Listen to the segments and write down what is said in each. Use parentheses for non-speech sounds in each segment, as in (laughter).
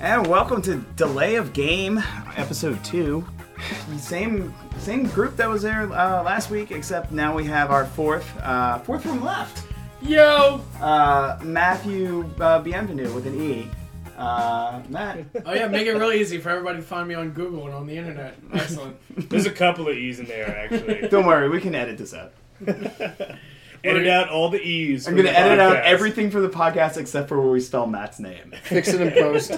and welcome to Delay of Game, episode two. Same same group that was there uh, last week, except now we have our fourth uh, fourth from left, Yo! uh, Matthew uh, Bienvenu with an E. Uh, Matt, Oh yeah, make it real easy for everybody to find me on Google and on the internet. Excellent. There's a couple of E's in there, (laughs) actually. don't worry, we can edit this out. (laughs) edit out all the E's. I'm from gonna the edit out podcast. everything for the podcast except for where we spell Matt's name. Fix it in post.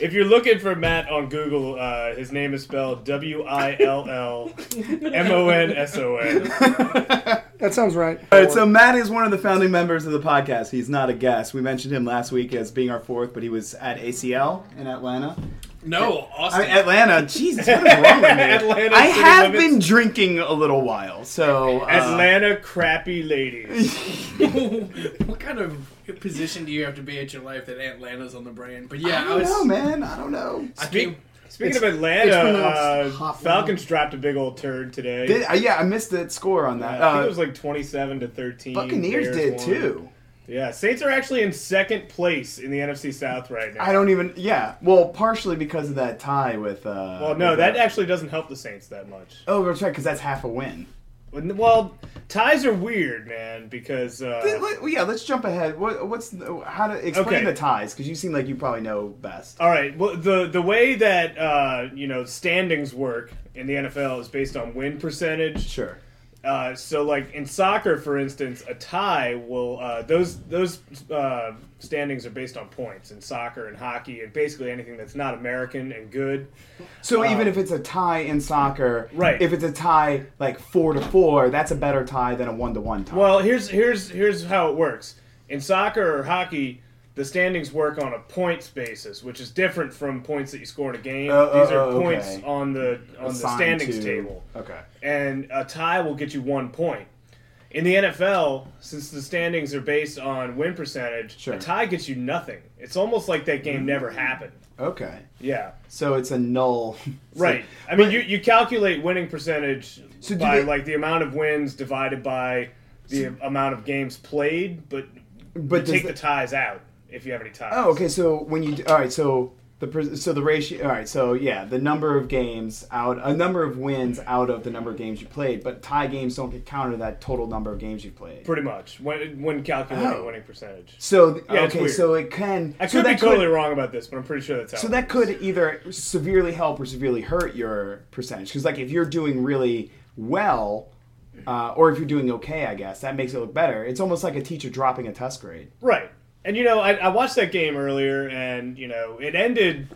If you're looking for Matt on Google, uh, his name is spelled W I L L M O N S (laughs) O N. Uh, That sounds right. All right, so Matt is one of the founding members of the podcast. He's not a guest. We mentioned him last week as being our fourth, but he was at ACL in Atlanta. No, I Austin. mean, Atlanta, Jesus, what is wrong with me? (laughs) Atlanta I city have limits. been drinking a little while, so uh, Atlanta (laughs) crappy ladies. (laughs) what kind of position do you have to be at your life that Atlanta's on the brand? But I yeah, I, don't was. know, man. I don't know. I came, It's- Speaking of Atlanta, pronounced uh, hot Falcons dropped a big old turd today. Did, uh, yeah, I missed that score on Uh, that. I think it Uh, was like 27 to 13. Buccaneers Bears did won. too. Yeah, Saints are actually in second place in the NFC South right now. I don't even. Yeah, well, partially because of that tie with. Uh, Well, no, with, that uh, actually doesn't help the Saints that much. Oh, that's right, because that's half a win. Well, ties are weird, man, because Th- uh, let- well, yeah, let's jump ahead. What, what's the, how to explain Okay. Uh, the ties? Because you seem like you probably know best. all right, well the the way that uh, you know standings work in the NFL is based on win percentage. Sure. Uh, so, like in soccer, for instance, a tie will uh, those those uh, standings are based on points in soccer and hockey and basically anything that's not American and good. So even if it's a tie in soccer, Right. If it's a tie like four to four, that's a better tie than a one to one tie. Well, here's here's here's how it works. In soccer or hockey, the standings work on a points basis, which is different from points that you score in a game. Oh, oh, These are oh, points okay. on the on the Assigned standings to- table. Okay. And a tie will get you one point. In the NFL, since the standings are based on win percentage, Sure. Mm. a tie gets you nothing. It's almost like that game never happened. Okay. Yeah. So it's a null. (laughs) Right. I mean, you, you calculate winning percentage So do by they- like the amount of wins divided by the amount of games played, but But you does take the the- ties out if you have any ties. Oh, okay. So when you all right, so the pres- so the ratio. All right. So yeah, the number of games out, a number of wins out of the number of games you played, but tie games don't get counted to that total number of games you played. Pretty much when when calculating Oh. winning percentage. So th- Yeah, it's okay, weird. so it can. I so could be that totally wrong about this, but I'm pretty sure that's how. So it that works. could either severely help or severely hurt your percentage. Because like if you're doing really well, uh, or if you're doing okay, I guess that makes it look better. It's almost like a teacher dropping a test grade. right. And you know, I, I watched that game earlier, and you know, it ended.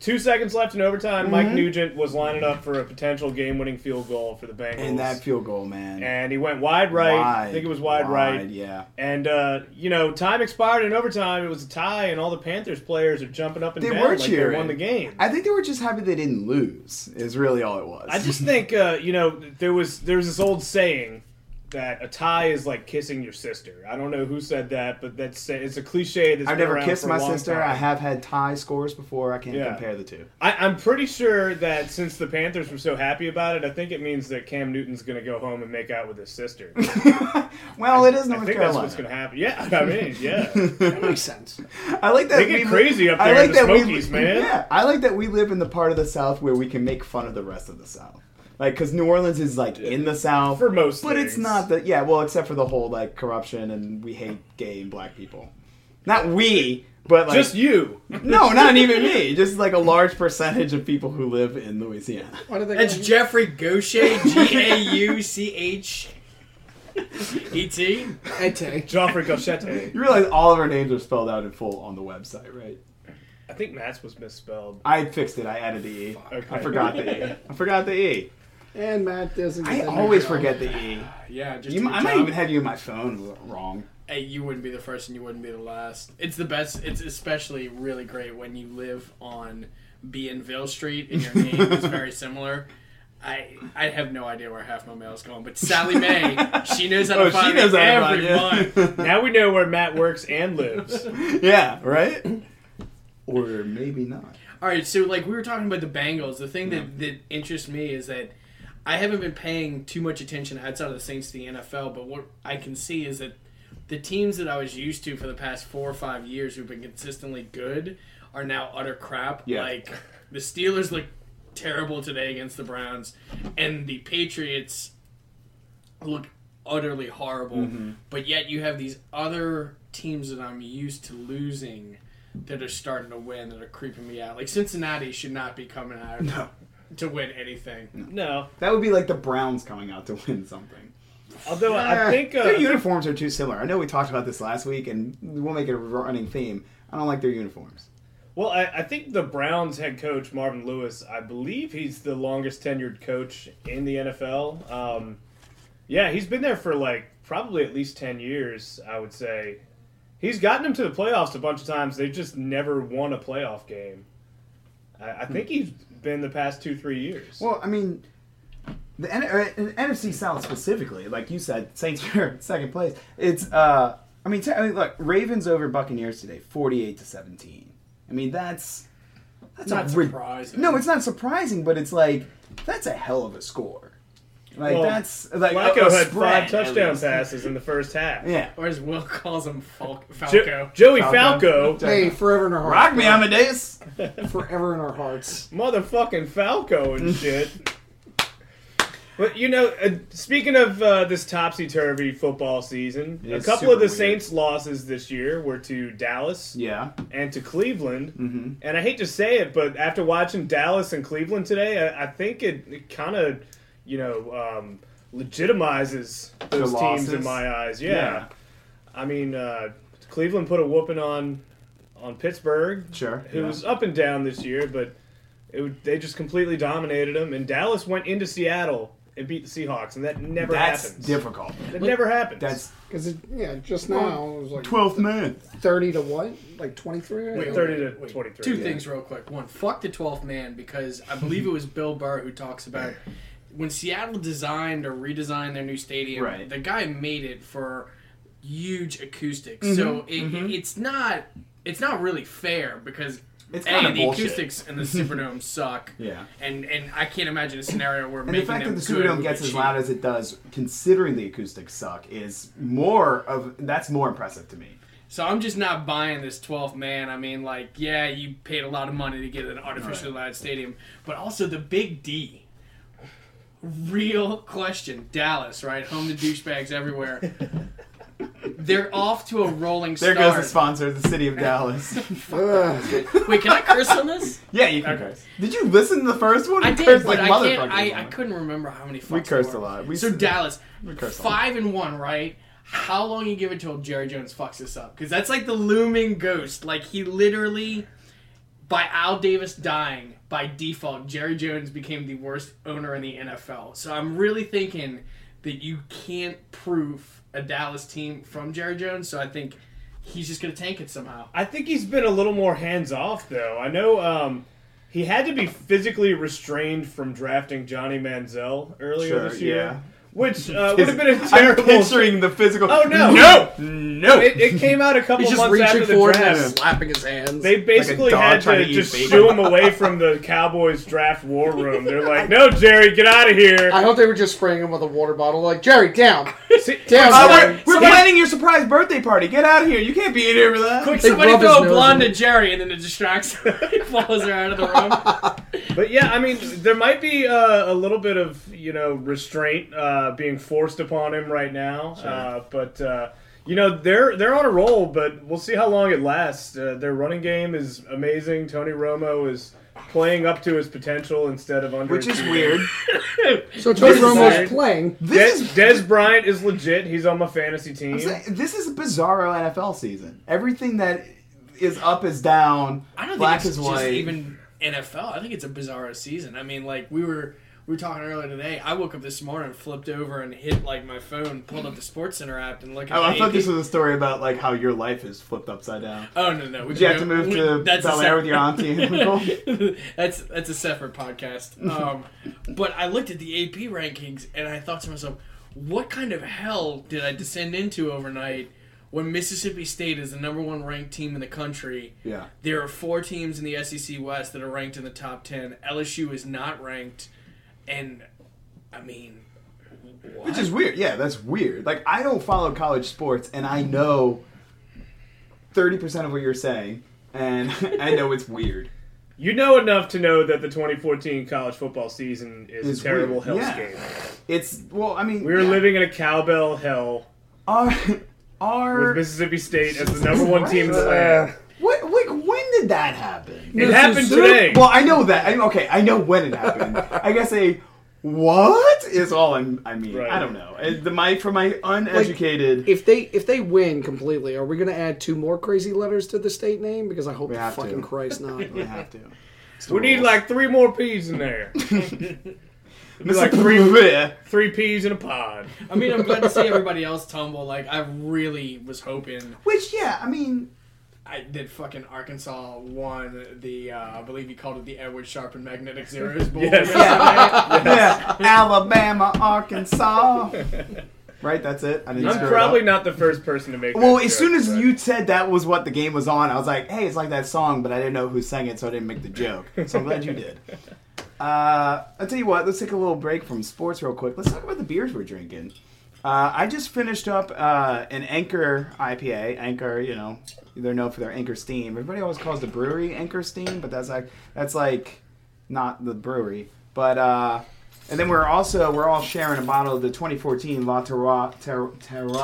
Two seconds left in overtime. Mm-hmm. Mike Nugent was lining up for a potential game-winning field goal for the Bengals, And that field goal, man. and he went wide right. I Wide, think it was wide, right. Yeah. And uh, you know, time expired in overtime. It was a tie, and all the Panthers players are jumping up and They down were like cheering. they won the game. I, I think they were just happy they didn't lose. Is really all it was. just think uh, you know there was there was this old saying that a tie is like kissing your sister. I don't know who said that, but that's it's a cliche. That's I've been never around kissed for a my long sister. time. I have had tie scores before. I can't Yeah. compare the two. I, I'm pretty sure that since the Panthers were so happy about it, I think it means that Cam Newton's going to go home and make out with (laughs) his sister. I Well, it is North think that's Carolina. what's going to happen. Yeah, (laughs) I mean, yeah. (laughs) That makes sense. I like that They get we- crazy up I there like in the that we- Smokies, man. Yeah, I like that we live in the part of the South where we can make fun of the rest of the South. Like, because New Orleans is like in the South For most but it's things. not the yeah. Well, except for the whole like corruption and we hate gay and black people. Not we, but like Just you. (laughs) no, not even me. Just like a large percentage of people who live in Louisiana. (laughs) Why did they (laughs) that's go- Jeffrey Gaucher, G A U C H E T. Ete. (laughs) Joffrey Gochette. You realize all of our names are spelled out in full on the website, right? I think Matt's was misspelled. I fixed it. I added the e. I Okay. forgot the e. I forgot the e. And Matt doesn't. I get that always many forget the e. Yeah, just You, do your I might job. even have you in my phone wrong. Hey, you wouldn't be the first and you wouldn't be the last. It's the best. It's especially really great when you live on Bienville Street and your name (laughs) is very similar. I I have no idea where half my mail's going, but Sally Mae, she knows how to Oh, she find knows me how to find every you. month. (laughs) Now we know where Matt works and lives. (laughs) Yeah, right? Or maybe not. All right, so like we were talking about the Bengals, the thing that that interests me is that I haven't been paying too much attention outside of the Saints to the NFL, but what I can see is that the teams that I was used to for the past four or five years who've been consistently good are now utter crap. Yeah. Like the Steelers look terrible today against the Browns, and the Patriots look utterly horrible. But yet you have these other teams that I'm used to losing that are starting to win that are creeping me out. Like Cincinnati should not be coming out No. to win anything. No, That would be like the Browns coming out to win something. although Eh, I think uh, their uniforms are too similar. I know we talked about this last week, and we'll make it a running theme. I don't like their uniforms. Well, I, I think the Browns head coach Marvin Lewis. I believe he's the longest tenured coach in the NFL. Um, yeah, he's been there for like probably at least ten years. I would say he's gotten them to the playoffs a bunch of times. They just never won a playoff game. I, I think he's been the past two three years. Well, I mean, the, N- uh, in NFC South specifically, like you said, Saints (laughs) are in second place. It's, uh, I mean, te- I mean, look, Ravens over Buccaneers today, forty-eight to seventeen. I mean, that's that's Not a rid- surprising. no, it's not surprising, but it's like that's a hell of a score. Like Well, that's like a- Flacco a had spread, five at touchdown least. passes in the first half. Yeah. Or as Will calls him, Fal- Jo- Falco. Joey Falco. Falco, Hey, forever in our hearts. Rock me, Amadeus. Forever in our hearts. motherfucking Falco and Mm. shit. But you know, uh, speaking of uh, this topsy turvy football season, It's a couple super of the weird. Saints' losses this year were to Dallas Yeah. and to Cleveland. Mm-hmm. And I hate to say it, but after watching Dallas and Cleveland today, I, I think it, it kind of, you know, um, legitimizes The those teams losses? in my eyes. Yeah, I mean, uh, Cleveland put a whooping on on Pittsburgh Sure. who yeah. was up and down this year, but it, would- they just completely dominated them. And Dallas went into Seattle and beat the Seahawks, and that never That's happens. difficult. That never happens. That's Because, it, yeah, just now it was like twelfth man. 30 to what? Like 23? Wait, 30 to 23, Two yeah. things real quick. One, fuck the 12th man because I (laughs) believe it was Bill Burr who talks about when Seattle designed or redesigned their new stadium, Right. the guy made it for huge acoustics. Mm-hmm. So it, it's not it's not really fair because It's A, kinda the bullshit. acoustics in the (laughs) Superdome suck. Yeah. And and I can't imagine a scenario where And making the fact them that the good Superdome would gets be as cheap. loud as it does, considering the acoustics suck, is more of that's more impressive to me. So I'm just not buying this 12th man. I mean, like, yeah, you paid a lot of money to get an artificially loud stadium, but also the Big D. Real question, Dallas, right? Home to douchebags (laughs) everywhere. They're off to a rolling There goes start. the sponsor, the city of (laughs) Dallas. Ugh. Wait, can I curse on this? yeah, you can Okay. curse. Did you listen to the first one? I You did, cursed but like I motherfuckers. can't. I, I on it. couldn't remember how many. Fucks We cursed there a were. lot. We so s- Dallas, cursed a lot. five and one, right? How long you give it till Jerry Jones fucks this up? Because that's like the looming ghost. Like he literally, by Al Davis dying by default, Jerry Jones became the worst owner in the NFL. So I'm really thinking that you can't prove a Dallas team from Jerry Jones. So I think he's just gonna tank it somehow. I think he's been a little more hands off, though. I know um, he had to be physically restrained from drafting Johnny Manziel earlier Sure, this year, yeah. (laughs) which uh, would have been a I'm terrible. picturing the physical. Oh, no. No! No! (laughs) It, it came out a couple He's just months after reaching the forward and draft. slapping his hands. They basically dog had trying to, to eat just bacon. shoo him away from the Cowboys draft (laughs) war room. They're like, "No, Jerry, get out of here." I hope they were just spraying him with a water bottle, like Jerry, down, See- down. Oh, Jerry." we're, we're planning your surprise birthday party. Get out of here. You can't be in here for that. Quick, They somebody rub his throw a nose blonde in at Jerry, and then it distracts her. He follows her out of the (laughs) room. But yeah, I mean, there might be uh, a little bit of you know restraint uh, being forced upon him right now. Uh, but uh, you know they're they're on a roll, but we'll see how long it lasts. Uh, their running game is amazing. Tony Romo is playing up to his potential instead of under. Which is weird. So Tony This is Romo's weird. playing. This Des, is Des Bryant is legit. He's on my fantasy team. It's like- This is a bizarro NFL season. Everything that is up is down. I don't black think it's is just white. even NFL. I think it's a bizarro season. I mean, like we were we were talking earlier today. I woke up this morning, flipped over, and hit like my phone, pulled up the Sports Center app, and looked at. Oh, I the thought AP. this was a story about like how your life is flipped upside down. Oh no no! We Did you can have to go- move we- to a Bel Air with your separate- auntie (laughs) and uncle? that's that's a (laughs) separate podcast. Um, but I looked at the AP rankings and I thought to myself, what kind of hell did I descend into overnight? When Mississippi State is the number one ranked team in the country, Yeah. there are four teams in the SEC West that are ranked in the top ten. LSU is not ranked, and I mean, what? Which is weird. Yeah, that's weird. Like I don't follow college sports, and I know thirty percent of what you're saying. and (laughs) I know it's weird. You know enough to know that the 2014 college football season is It's a terrible weird. hellscape. It's well, I mean, We are yeah. living in a cowbell hell Our, with our Mississippi State as the number one team in the land. what? Like, when did that happen? It happened today. Well, I know that. I, okay, I know when it happened. I guess a what is all I'm, I mean. Right. I don't know. Uh, The my for my uneducated. If they if they win completely, are we going to add two more crazy letters to the state name? Because I hope We to have to. fucking Christ (laughs) not. we have to. We need like three more peas in there. Mr. like three- Pereira. Three peas in a pod. I mean, I'm glad to see everybody else tumble. Like, I really was hoping Which yeah, I mean, I did fucking Arkansas won the, uh, I believe he called it the Edward Sharpen Magnetic Zeros Bowl. (laughs) Yes. yesterday. yeah, Alabama, Arkansas. right, that's it. I didn't. I'm screw it probably up. not the first person to make. that Well, as joke, soon as but- you said that was what the game was on, I was like, "Hey, it's like that song," but I didn't know who sang it, so I didn't make the joke. So I'm glad you (laughs) did. Uh, I'll tell you what. Let's take a little break from sports real quick. Let's talk about the beers we're drinking. Uh, I just finished up uh, an Anchor IPA. Anchor, you know, they're known for their Anchor Steam. Everybody always calls the brewery Anchor Steam, but that's like that's like not the brewery. But uh, and then we're also we're all sharing a bottle of the 2014 La Terroir. Ter- Terroir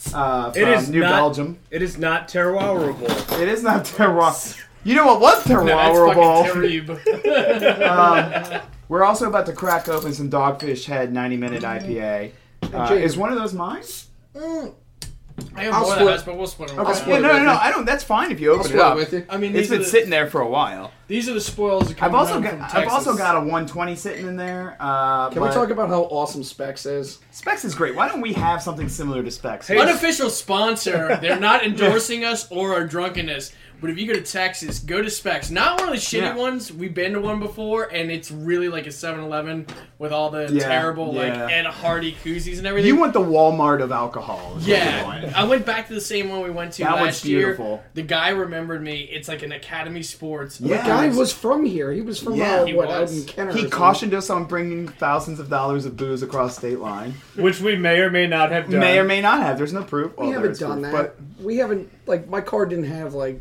Terroir. uh, from It is New not- Belgium. it is not terroirable. It is not terroir. You know what was No, that's fucking terroirable? terrible. (laughs) We're also about to crack open some Dogfish Head 90 Mm. minute IPA. Uh, Jacob. is one of those mine? Mm, I have I'll more split- than us, but we'll split them. Okay. around. Yeah, it no, no, with no. you. I don't. That's fine if you I'll open it split up. with you. I mean, It's these been are the, sitting there for a while. These are the spoils that come I've also home got from I've also Texas. got a 120 sitting in there. Uh, Can we talk about how awesome Specs is? Specs is great. Why don't we have something similar to Specs? Hey, unofficial sponsor. They're not endorsing us or our drunkenness. But if you go to Texas, go to Specs. Not one of the shitty Yeah. ones. We've been to one before, and it's really like a 7-Eleven with all the Yeah, terrible yeah. like Ed Hardy koozies and everything. you want the Walmart of alcohol? is what you yeah, want. I went back to the same one we went to That one's last year. beautiful. The guy remembered me. It's like an Academy Sports. Yeah. Guy was from here. He was from Yeah, uh, he what was. out in Kenner. or He something. cautioned us on bringing thousands of dollars of booze across state line. which we may or may not have done. May or may not have. There's no proof. We Well, there haven't is done proof, that. We haven't like my car didn't have like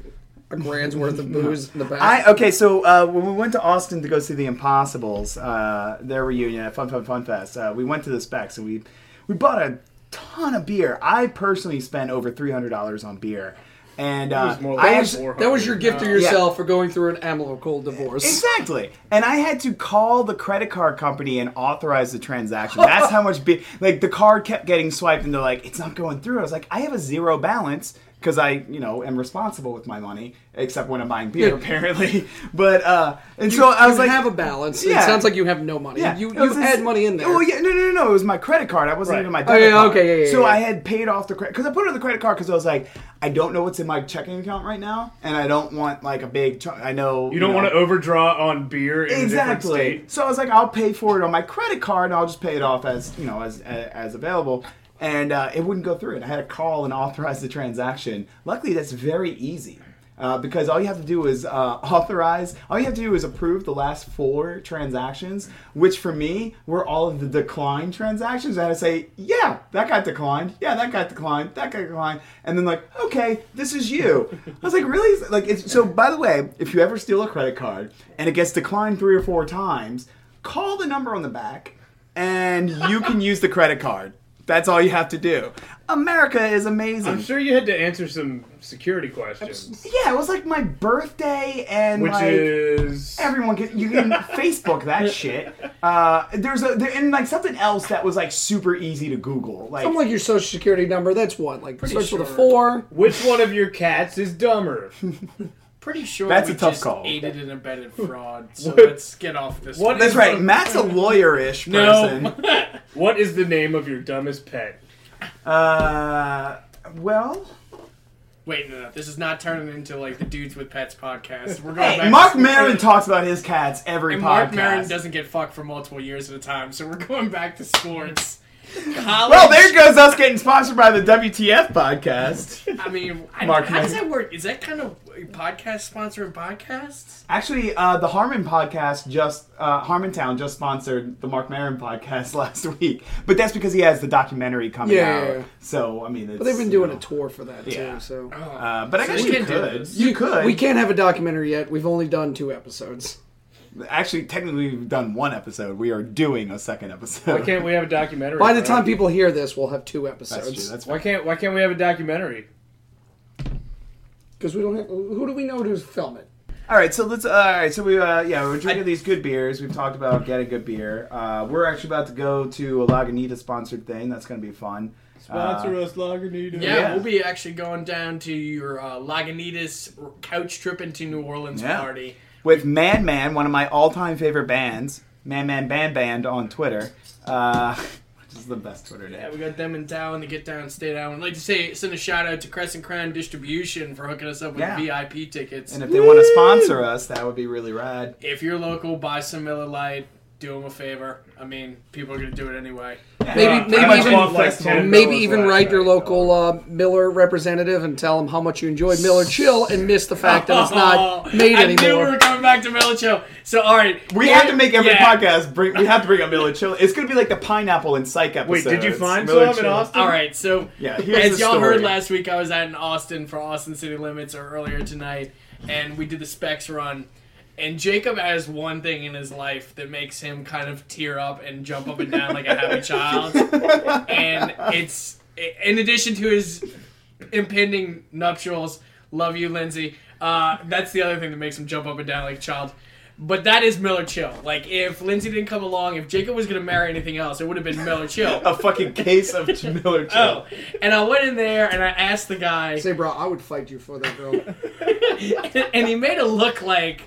a grand's worth (laughs) of booze in the back. I okay, so uh, when we went to Austin to go see the Impossibles, uh, their reunion at Fun Fun Fun Fest, uh, we went to the Specs and we we bought a ton of beer. I personally spent over three hundred dollars on beer, and uh, was more I like actu- four. that was your gift to Yeah. yourself for going through an amicable divorce. exactly. And I had to call the credit card company and authorize the transaction. That's how much beer. Like the card kept getting swiped, and they're like, "It's not going through." I was like, "I have a zero balance." Because I, you know, am responsible with my money, except when I'm buying beer, Yeah. apparently. (laughs) But uh, and so I was you like, have a balance. Yeah. It sounds like you have no money. Yeah, You it was you this- had money in there. Oh yeah, no, no, no, no. It was my credit card. I wasn't Right. even my Oh, debit yeah, card. okay, yeah, yeah, So yeah. I had paid off the credit because I put it on the credit card because I was like, I don't know what's in my checking account right now, and I don't want like a big. Ch- I know You don't know. want to overdraw on beer in a Exactly. different state. So I was like, I'll pay for it on my credit card, and I'll just pay it off as you know as as, as available. And uh, it wouldn't go through. And I had to call and (laughs) authorize the transaction. Luckily, that's very easy. Uh, because all you have to do is uh, authorize. All you have to do is approve the last four transactions, which for me were all of the declined transactions. I had to say, yeah, that got declined. Yeah, that got declined. That got declined. And then like, okay, this is you. I was like, really? Like, it's, so by the way, if you ever steal a credit card and it gets declined three or four times, call the number on the back, and you can use the credit card. That's all you have to do. America is amazing. I'm sure you had to answer some security questions, Yeah, it was like my birthday and which like. is Everyone can you can Facebook that shit. Uh, there's a there, and like something else that was like super easy to Google. Like I'm like your social security number. That's what like starts with a sure. four. which one of your cats is dumber? Pretty sure That's we a tough just call. aided and (laughs) abetted fraud. So What- let's get off this. what one. that's right. Matt's a lawyer-ish person. No. What is the name of your dumbest pet? Uh, well, Wait, no, no, this is not turning into like the Dudes with Pets podcast. We're going hey, back. Mark to- Maron talks about his cats every podcast. And Mark Maron doesn't get fucked for multiple years at a time, so we're going back to sports. college. Well, there goes (laughs) us getting sponsored by the WTF podcast. I mean, I, Mark how does Knight. that work? Is that kind of a podcast sponsoring podcasts? Actually, uh, the Harmon podcast just uh, Harmontown just sponsored the Mark Maron podcast (laughs) last week, but that's because he has the documentary coming Yeah, out. yeah, yeah. So I mean, it's, But they've been doing you a know. tour for that Yeah. too. So Oh, Uh, but I So guess we you can do could. this. You could. we can't have a documentary yet. We've only done two episodes. Actually, technically, we've done one episode. We are doing a second episode. Why can't we have a documentary? By the bro? time people hear this, we'll have two (laughs) That's true. episodes. That's why fine. can't why can't we have a documentary? Because we don't have. Who do we know to film it? All right, so let's. Uh, all right, so we. Uh, yeah, we're drinking these good beers. We've talked about getting good beer. Uh, we're actually about to go to a Lagunita sponsored thing. That's going to be fun. Sponsor Uh, us, Lagunitas. Yeah, Yeah. we'll be actually going down to your uh, Lagunitas couch trip into New Orleans Yeah. party. with Man Man, one of my all-time favorite bands, Man Man Band Band on Twitter, uh, which is the best Twitter Yeah, name. we got them in town, the Get Down Stay Down. I'd like to say send a shout out to Crescent Crown Distribution for hooking us up with Yeah. VIP tickets. And if they want to sponsor us, that would be really rad. if you're local, buy some Miller Lite. Do them a favor. I mean, people are gonna do it anyway. Yeah. Maybe- Uh, maybe pretty much even- all festival Ten Maybe dollars even last write your night, local uh, Miller representative and tell them how much you enjoy Miller Chill and miss the fact that it's (laughs) not made I knew we anymore. were coming back to Miller Show. So all right, We Yeah, have to make every yeah. podcast. Bring, we have to bring up Miller Chill. It's gonna be like the pineapple and psych episode. Wait, did you find Miller some in Chill. Austin? All right, so Yeah, here's as the y'all story. heard last week, I was out in Austin for Austin City Limits or earlier tonight, and we did the specs run. And Jacob has one thing in his life that makes him kind of tear up and jump up and down like a happy (laughs) child. (laughs) And it's in addition to his impending nuptials. Love you, Lindsay. Uh, that's the other thing that makes him jump up and down like a child. But that is Miller Chill. Like if Lindsay didn't come along, if Jacob was gonna marry anything else, it would have been (laughs) Miller Chill. A fucking case of (laughs) Miller Chill. Oh, and I went in there and I asked the guy, Say, bro, I would fight you for that girl. (laughs) and he made it look like,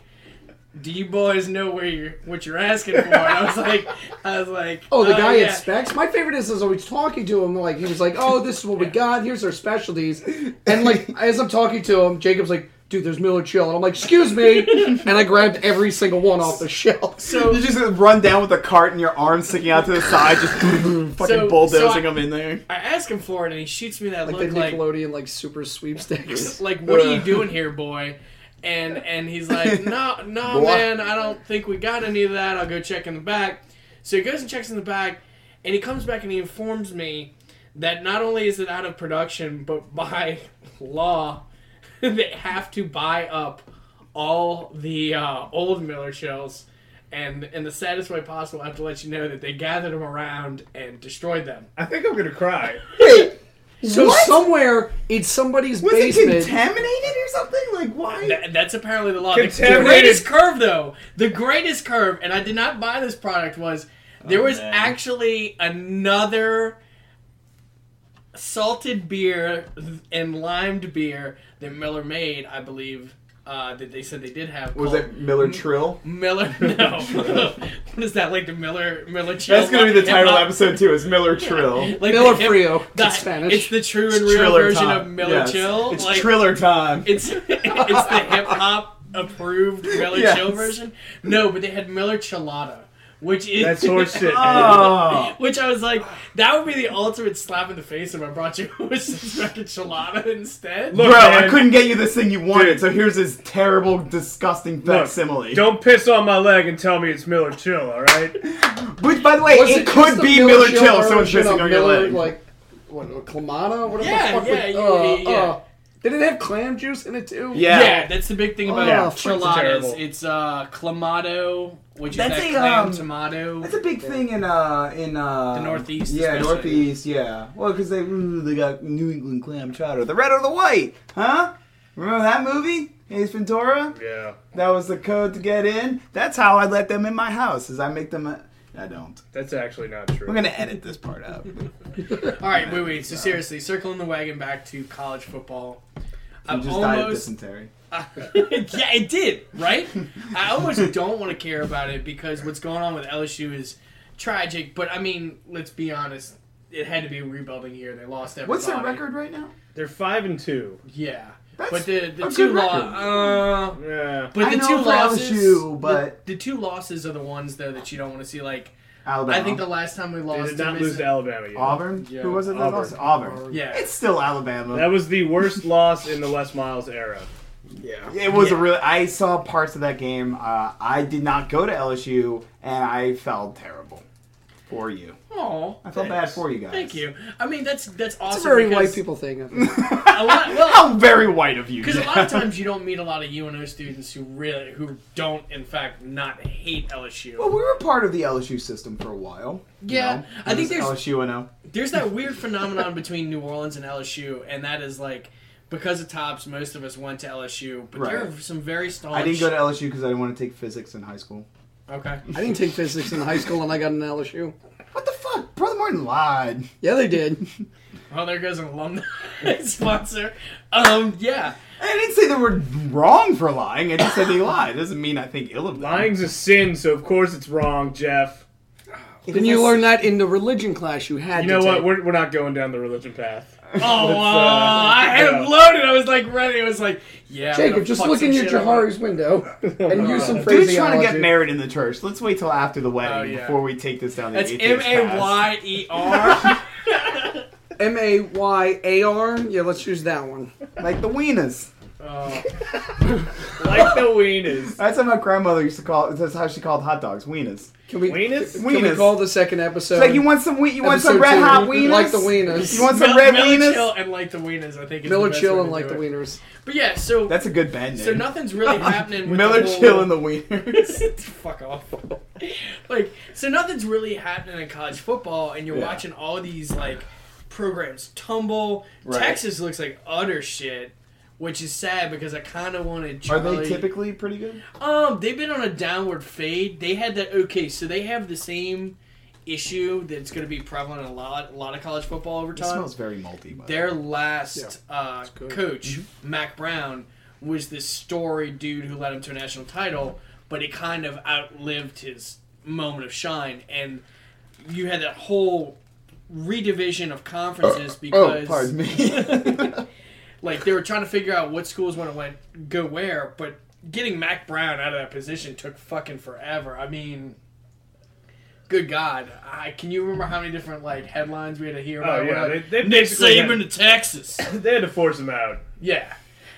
"Do you boys know where you're what you're asking for?" And I was like, I was like, (laughs) Oh, the guy yeah. at Specs. My favorite is, is I was talking to him, like he was like, "Oh, this is what we got. Here's our specialties." And like as I'm talking to him, Jacob's like, "Dude, there's Miller Chill," and I'm like, "Excuse me," and I grabbed every single one off the shelf. You just run down with a cart and your arms sticking out to the side, just (laughs) fucking (laughs) so bulldozing I- them in there. I asked him for it, and he shoots me that Like the look like, Nickelodeon like super sweepstakes. (laughs) like, "What are you doing here, boy?" And and he's like, "No, no, Boy. man, I don't think we got any of that. I'll go check in the back." So he goes and checks in the back, and he comes back and he informs me that not only is it out of production, but (laughs) by law, (laughs) they have to buy up all the uh, old Miller shells. And in the saddest way possible, I have to let you know that they gathered them around and destroyed them. I think I'm gonna cry. Wait, so What? somewhere in somebody's Was it basement. contaminated or something? Like why? Th- that's apparently the law. The, the Contaminated. greatest curve, though, the greatest curve, and I did not buy this product was there was man. actually another salted beer and limed beer that Miller made, I believe. Uh, that they said they did have was called it Miller Trill? Miller? (laughs) No, what is that like the Miller Miller? Chill That's gonna be the Hip Hop- title episode too. Is Miller Trill? Like Miller the hip- Frio. the- It's Spanish. It's the true and real Triller version time. of Miller Yes. Chill. It's like, Triller time. It's (laughs) it's the hip hop approved Miller Yes. Chill version. No, but they had Miller Chilada, which is (laughs) That's horse shit. man. oh, Which I was like, that would be the ultimate slap in the face if I brought you (laughs) a fucking chilada instead. Look, bro, I man. couldn't get you this thing you wanted, Dude. so here's this terrible, disgusting Look, facsimile. Don't piss on my leg and tell me it's Miller Chill, all right? Which, by the way, was it, just could the be Miller Chill. version if Someone's pissing of on your Miller, leg. Like what? Clamata? Whatever Yeah, the fuck. yeah, we- yeah, uh, yeah, yeah. uh. Did it have clam juice in it too? Yeah. yeah. that's the big thing about Oh, fucking chiladas. terrible. It's uh, clamato, which That's is that a, clam um, tomato. That's a big thing in uh in uh The Northeast Yeah, especially. Northeast. Yeah. Well, because they ooh, they got New England clam chowder, the red or the white, huh? Remember that movie, Ace Ventura? Yeah. That was the code to get in. That's how I let them in my house. Is I make them. A- I don't. That's actually not true. We're gonna edit this part (laughs) out. All right, wait, wait. So seriously, circling the wagon back to college football. I I'm just died of almost dysentery. (laughs) yeah, it did, right? I almost don't want to care about it because what's going on with LSU is tragic. But I mean, let's be honest, it had to be a rebuilding year. They lost everybody. What's their record right now? They're five and two. Yeah, That's but the the a two good losses. record. Uh, Yeah. but I the know two for losses, LSU, but- the, the two losses are the ones though that you don't want to see. Like Alabama. I think the last time we They lost did to not lose to Miss- Alabama. Yet. Auburn. Yeah, Who was it? That Auburn. lost? Auburn. Yeah. It's still Alabama. That was the worst loss in the Wes Miles era. Yeah. It was Yeah. a real. I saw parts of that game. Uh, I did not go to LSU, and I felt terrible for you. Aw, I felt bad thanks. for you guys. (laughs) Thank you. I mean, that's that's awesome. It's a very because white people thing. I think. A lot, well, How very white of you. because a lot of times you don't meet a lot of UNO students who really who don't in fact not hate LSU. Well, we were part of the LSU system for a while. you Yeah, know? I think It was there's- LSU and O. There's that weird phenomenon between New Orleans and LSU, and that is like because of tops, most of us went to LSU, but there Right. are some very staunch. I didn't go to LSU because I didn't want to take physics in high school. Okay. I didn't take physics in high school, and I got an LSU. What the fuck? Brother Martin lied. Yeah, they (laughs) did. Well, there goes an alumni sponsor. Um, yeah. I didn't say they were wrong for lying. I just said they lied. Doesn't mean I think ill of them. Lying's a sin, so of course it's wrong, Jeff. Didn't you learn that in the religion class you had? You know to what? take? We're, we're not going down the religion path. Oh, uh, uh, I had yeah. him loaded. I was like ready. I was like, yeah. I'm Jacob, gonna just fuck look some in your shit up. Jahari's window (laughs) and use some phraseology. Dude's trying to get married in the church. Let's wait till after the wedding Oh, yeah. before we take this down the That's M atheist A path. Y E R. M A Y A R. Yeah, let's use that one. Like the weenus. Oh, Uh, Like the wieners. That's how my grandmother used to call. That's how she called hot dogs, weenus. Can we? Wieners? Can we Weenus. call the second episode? It's like you want some wheat, you want some episode red two, hot we- weenus. Like the wieners. (laughs) You want some red Miller Chill weenus? and like the wieners. I think is the Miller best Chill way and to like do the it. wieners. But yeah, so That's a good band name. so (laughs) nothing's really happening. With Miller the whole, Chill and the Wieners. (laughs) Fuck off. (laughs) like, so nothing's really happening in college football, and you're Yeah. watching all these, like, programs tumble. Right. Texas looks like utter shit, which is sad because I kind of wanted Are Charlie. they typically pretty good? Um, they've been on a downward fade. They had that. Okay, so they have the same issue that's going to be prevalent in a lot, a lot of college football over It time. smells very malty. By the Their way. last uh, good. coach, Mm-hmm. Mac Brown, was this story dude who led him to a national title, but he kind of outlived his moment of shine. And you had that whole redivision of conferences because, Oh, pardon (laughs) me. like, they were trying to figure out what schools went went go where, but getting Mac Brown out of that position took fucking forever. I mean. Good God! I, can you remember how many different like headlines we had to hear about? Oh, We're yeah. like, They, they Nick basically Saban to Texas. Had, they had to force him out. Yeah.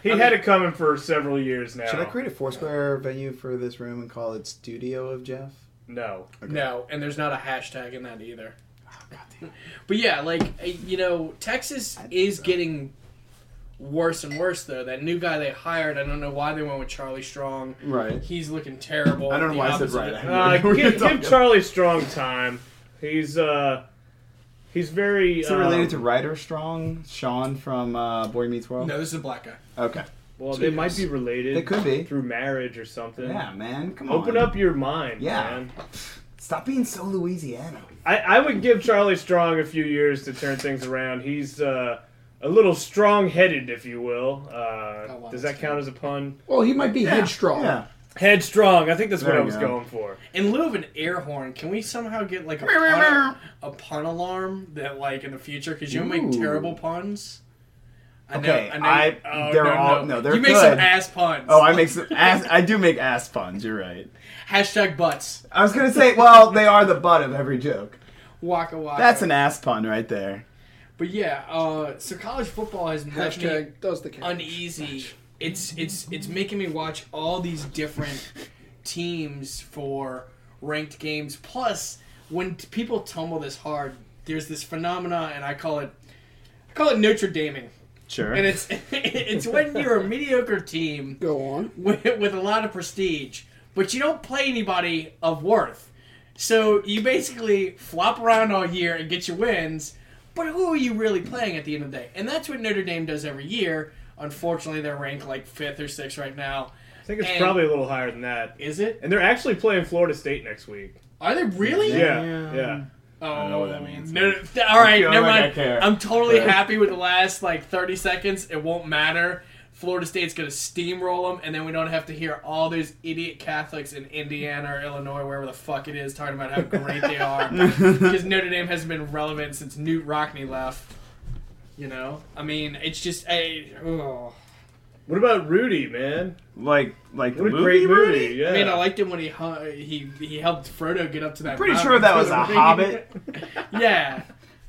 He I mean- had it coming for several years now. Should I create a Foursquare venue for this room and call it Studio of Jeff? No. No, and there's not a hashtag in that either. But yeah, like uh, you know, Texas is getting worse and worse though. That new guy they hired, I don't know why they went with Charlie Strong. Right. He's looking terrible. I don't know The why I said opposite right. of- Uh, We're give, talking- give Charlie Strong time. He's uh, he's very. Is it related to um, Ryder Strong, Sean from uh, Boy Meets World? No, this is a black guy. Okay. Well, they might be related. They could be. through marriage or something. Yeah, man. Come on. Open up your mind, Yeah. man. Stop being so Louisiana. I, I would give Charlie Strong a few years to turn things around. He's uh, a little strong-headed, if you will. Oh, Uh, wow, does that's that count as a pun? Well, he might be headstrong. Yeah. Headstrong. I think that's what There I we was go. going for. In lieu of an air horn, can we somehow get like a pun, a pun alarm that like in the future? Because you make Ooh. terrible puns. I Okay, know, I know. I- they're no, all- no. no, they're you make some good. ass puns. Oh, I make some ass. I do make ass puns. You're right. hashtag butts. I was gonna (laughs) say, well, they are the butt of every joke. Waka waka. That's an ass pun right there. But yeah, uh, so college football has left me Hashtag does the count. uneasy. It's it's it's making me watch all these different teams for ranked games. Plus, when t- people tumble this hard, there's this phenomena, and I call it I call it Notre Daming, Sure. and it's (laughs) it's when you're a mediocre team Go on. with, with a lot of prestige, but you don't play anybody of worth. So you basically flop around all year and get your wins, but who are you really playing at the end of the day? And that's what Notre Dame does every year. Unfortunately, they're ranked like fifth or sixth right now. I think it's And- probably a little higher than that. Is it? And they're actually playing Florida State next week. Are they really? Yeah, Yeah. yeah. Oh, don't know what that means. No, no, th- all right, I feel never like I mind. care. I'm totally But- happy with the last like 30 seconds. It won't matter. Florida State's gonna steamroll them, and then we don't have to hear all those idiot Catholics in Indiana or Illinois, wherever the fuck it is, talking about how great (laughs) they are because Notre Dame hasn't been relevant since Newt Rockney left. You know, I mean, it's just a. Oh. What about Rudy, man? Like, like the What a movie, great movie. Rudy? Yeah. I mean, I liked him when he hu- he he helped Frodo get up to that. Pretty mountain. sure that was a Hobbit. (laughs) Yeah,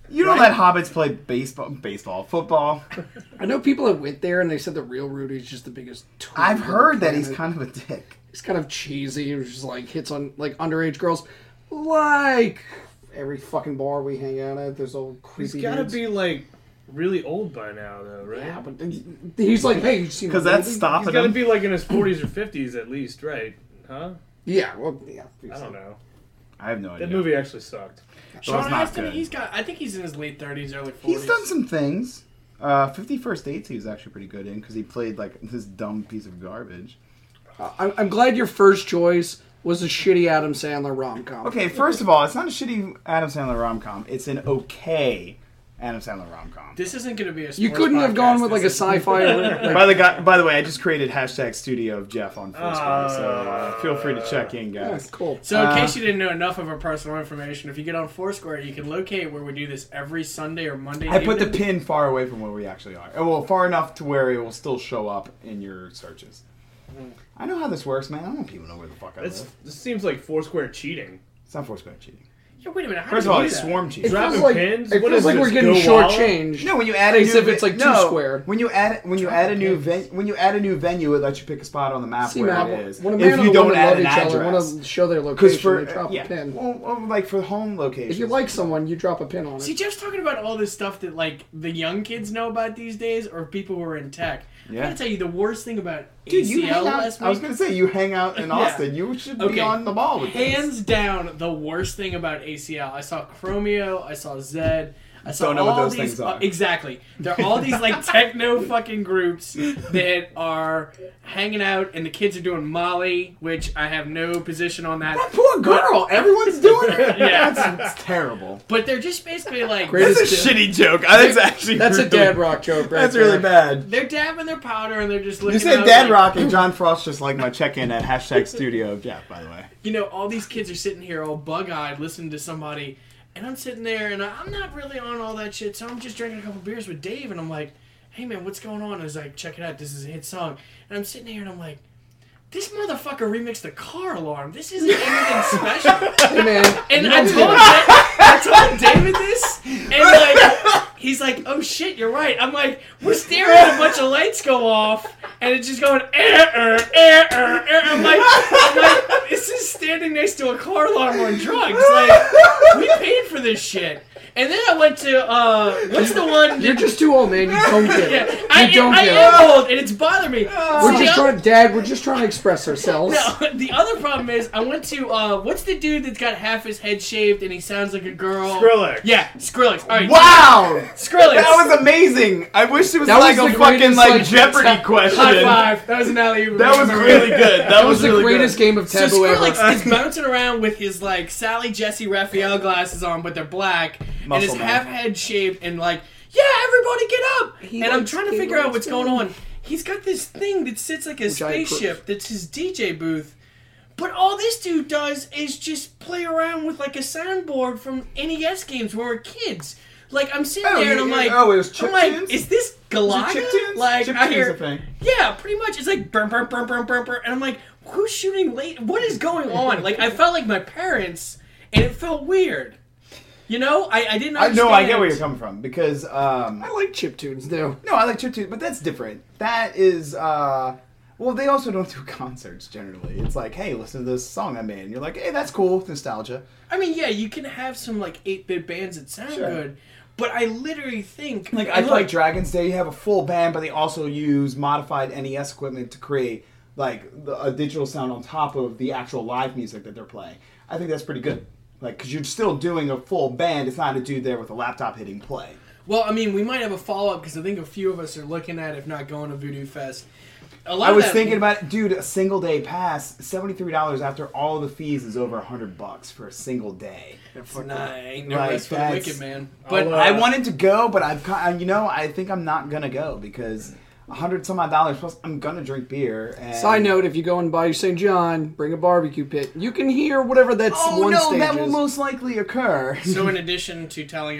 You don't Right? let hobbits play baseball, baseball, football. I know people that went there and they said the real Rudy's just the biggest. tool I've on the heard that he's planet. kind of a dick. he's kind of cheesy. He just like hits on like underage girls, like every fucking bar we hang out at. There's old He's creepy. got to dudes. be like really old by now, though, right? Yeah, but then- he's like, hey, you seen Because Rudy? that's stopping He's got to him. be like in his 40s or 50s at least, right? Huh? Yeah, well, yeah. I don't know. I have no idea. That movie actually sucked. Well, it's Sean not Astin. good. He's got. I think he's in his late thirties, early forties. He's done some things. Uh, Fifty First Dates he was actually pretty good in because he played like this dumb piece of garbage. I'm, I'm glad your first choice was a shitty Adam Sandler rom com. Okay, first of all, it's not a shitty Adam Sandler rom com. It's an okay Adam Sandler rom com. This isn't going to be a. Sports You couldn't have gone podcast. with like a This is- sci-fi. or, like, By the guy, by the way, I just created hashtag Studio of Jeff on Foursquare, so uh, Ah. feel free to check in, yeah, guys. cool. So, in Uh, case you didn't know enough of our personal information, if you get on Foursquare, you can locate where we do this every Sunday or Monday. I put the evening. pin far away from where we actually are. Oh, Well, far enough to where it will still show up in your searches. I know how this works, man. I don't want people to know where the fuck I That's, live. this seems like Foursquare cheating. It's not Foursquare cheating. Yeah, wait a minute. How First did of all, you do it's that? swarm cheating. It feels Dropping like, pins? it What feels is like this, we're getting Go shortchanged. No, when you add a As new if it's, like, two squared. When you add when you add a new venue when you add a new venue, it lets you pick a spot on the map See, where man, it is. when a man If and you a don't woman add love an each other, address, want to show their because location, for they drop a yeah, pin. well, well, like for home location, if you like someone, you drop a pin on it. See, Jeff's talking about all this stuff that like the young kids know about these days, or people who are in tech. Yeah. I gotta tell you, the worst thing about Dude, ACL you hang out, last I was week, gonna say you hang out in Yeah. Austin. You should be Okay. on the ball with this. hands down, the worst thing about ACL. I saw Chromio, I saw Zed. I saw Don't know all what those these, things are. exactly. They're all these (laughs) like techno fucking groups that are hanging out, and the kids are doing Molly, which I have no position on That that. poor girl. Everyone's (laughs) doing it. Yeah. that's, that's terrible. But they're just basically like Great That's a shitty joke. That's actually That's a dad rock joke, right? That's really there. bad. they're dabbing their powder and they're just looking. You said out dad like- rock and John Frost just like my check in at hashtag Studio of Jeff. By the way, you know, all these kids are sitting here all bug eyed listening to somebody, and I'm sitting there and I- I'm not really on all that shit, so I'm just drinking a couple beers with Dave, and I'm like, hey man, what's going on? And he's like, check it out, this is a hit song. And I'm sitting here and I'm like, this motherfucker remixed the car alarm. This isn't anything special. Hey, man. And you I don't told, get it. Da- I (laughs) told David this, and like, he's like, "Oh shit, you're right." I'm like, "We're staring at a bunch of lights go off, and it's just going "Eh, air, air, air, air, air." eh, I'm like, I'm like, "This is standing next to a car alarm on drugs. Like, we paid for this shit." And then I went to uh, what's the one? You're just too old, (laughs) man. You don't get yeah, it. I, You don't I, get it. am old, and it's bothering me. We're See, just I'm- trying to, Dad. We're just trying to express ourselves. no, the other problem is I went to uh, what's the dude that's got half his head shaved and he sounds like a girl? Skrillex. Yeah, Skrillex. All right, wow. Skrillex. That was amazing. I wish it was That like was a the fucking greatest, like like, Jeopardy tap- question. high five. That was an alley oop. That was really good. That, That was, was the really greatest good. game of So taboo ever. Skrillex is bouncing around with his like Sally Jesse Raphael glasses on, but they're black, and Muscle his man. half head shaved, and like, yeah, everybody get up! and I'm likes trying to King figure out Rose what's going on. He's got this thing that sits like a I approve. spaceship that's his DJ booth. But all this dude does is just play around with like a soundboard from NES games when we were kids. Like I'm sitting Oh, there and you- I'm like, oh, it was I'm like, chiptunes? is this Goliath? chiptunes? Like I Chiptunes hear, a thing. yeah, pretty much. It's like burn, burn, burn, burn, burn, burn, and I'm like, who's shooting late? What is (laughs) going on? Like I felt like my parents, and it felt weird. You know, I, I didn't. I, Understand. no, I get where you're coming from because um, I like chip tunes though. no, I like chip tune, but that's different. That is uh, well, they also don't do (laughs) concerts generally. It's like, hey, listen to this song I made, and you're like, hey, that's cool, nostalgia. I mean, yeah, you can have some like eight bit bands that sound Sure. good, but I literally think Like I and feel like Dragon's Day, you have a full band, but they also use modified NES equipment to create like the, a digital sound on top of the actual live music that they're playing. I think that's pretty good. Like, because you're still doing a full band. It's not a dude there with a laptop hitting play. Well, I mean, we might have a follow up because I think a few of us are looking at, if not going to Voodoo Fest. A lot I of was that- thinking about, it. dude, a single day pass, seventy three dollars after all the fees is over hundred bucks for a single day. Nah, ain't no Like, rest for the that's- wicked, man. But I'll, uh, I wanted to go, but I've, ki- uh, you know, I think I'm not gonna go because a hundred some odd dollars plus I'm gonna drink beer. And Side note: If you go and buy St. John, bring a barbecue pit. You can hear whatever that's Oh one no, stage that will is. most likely occur. So, in addition to telling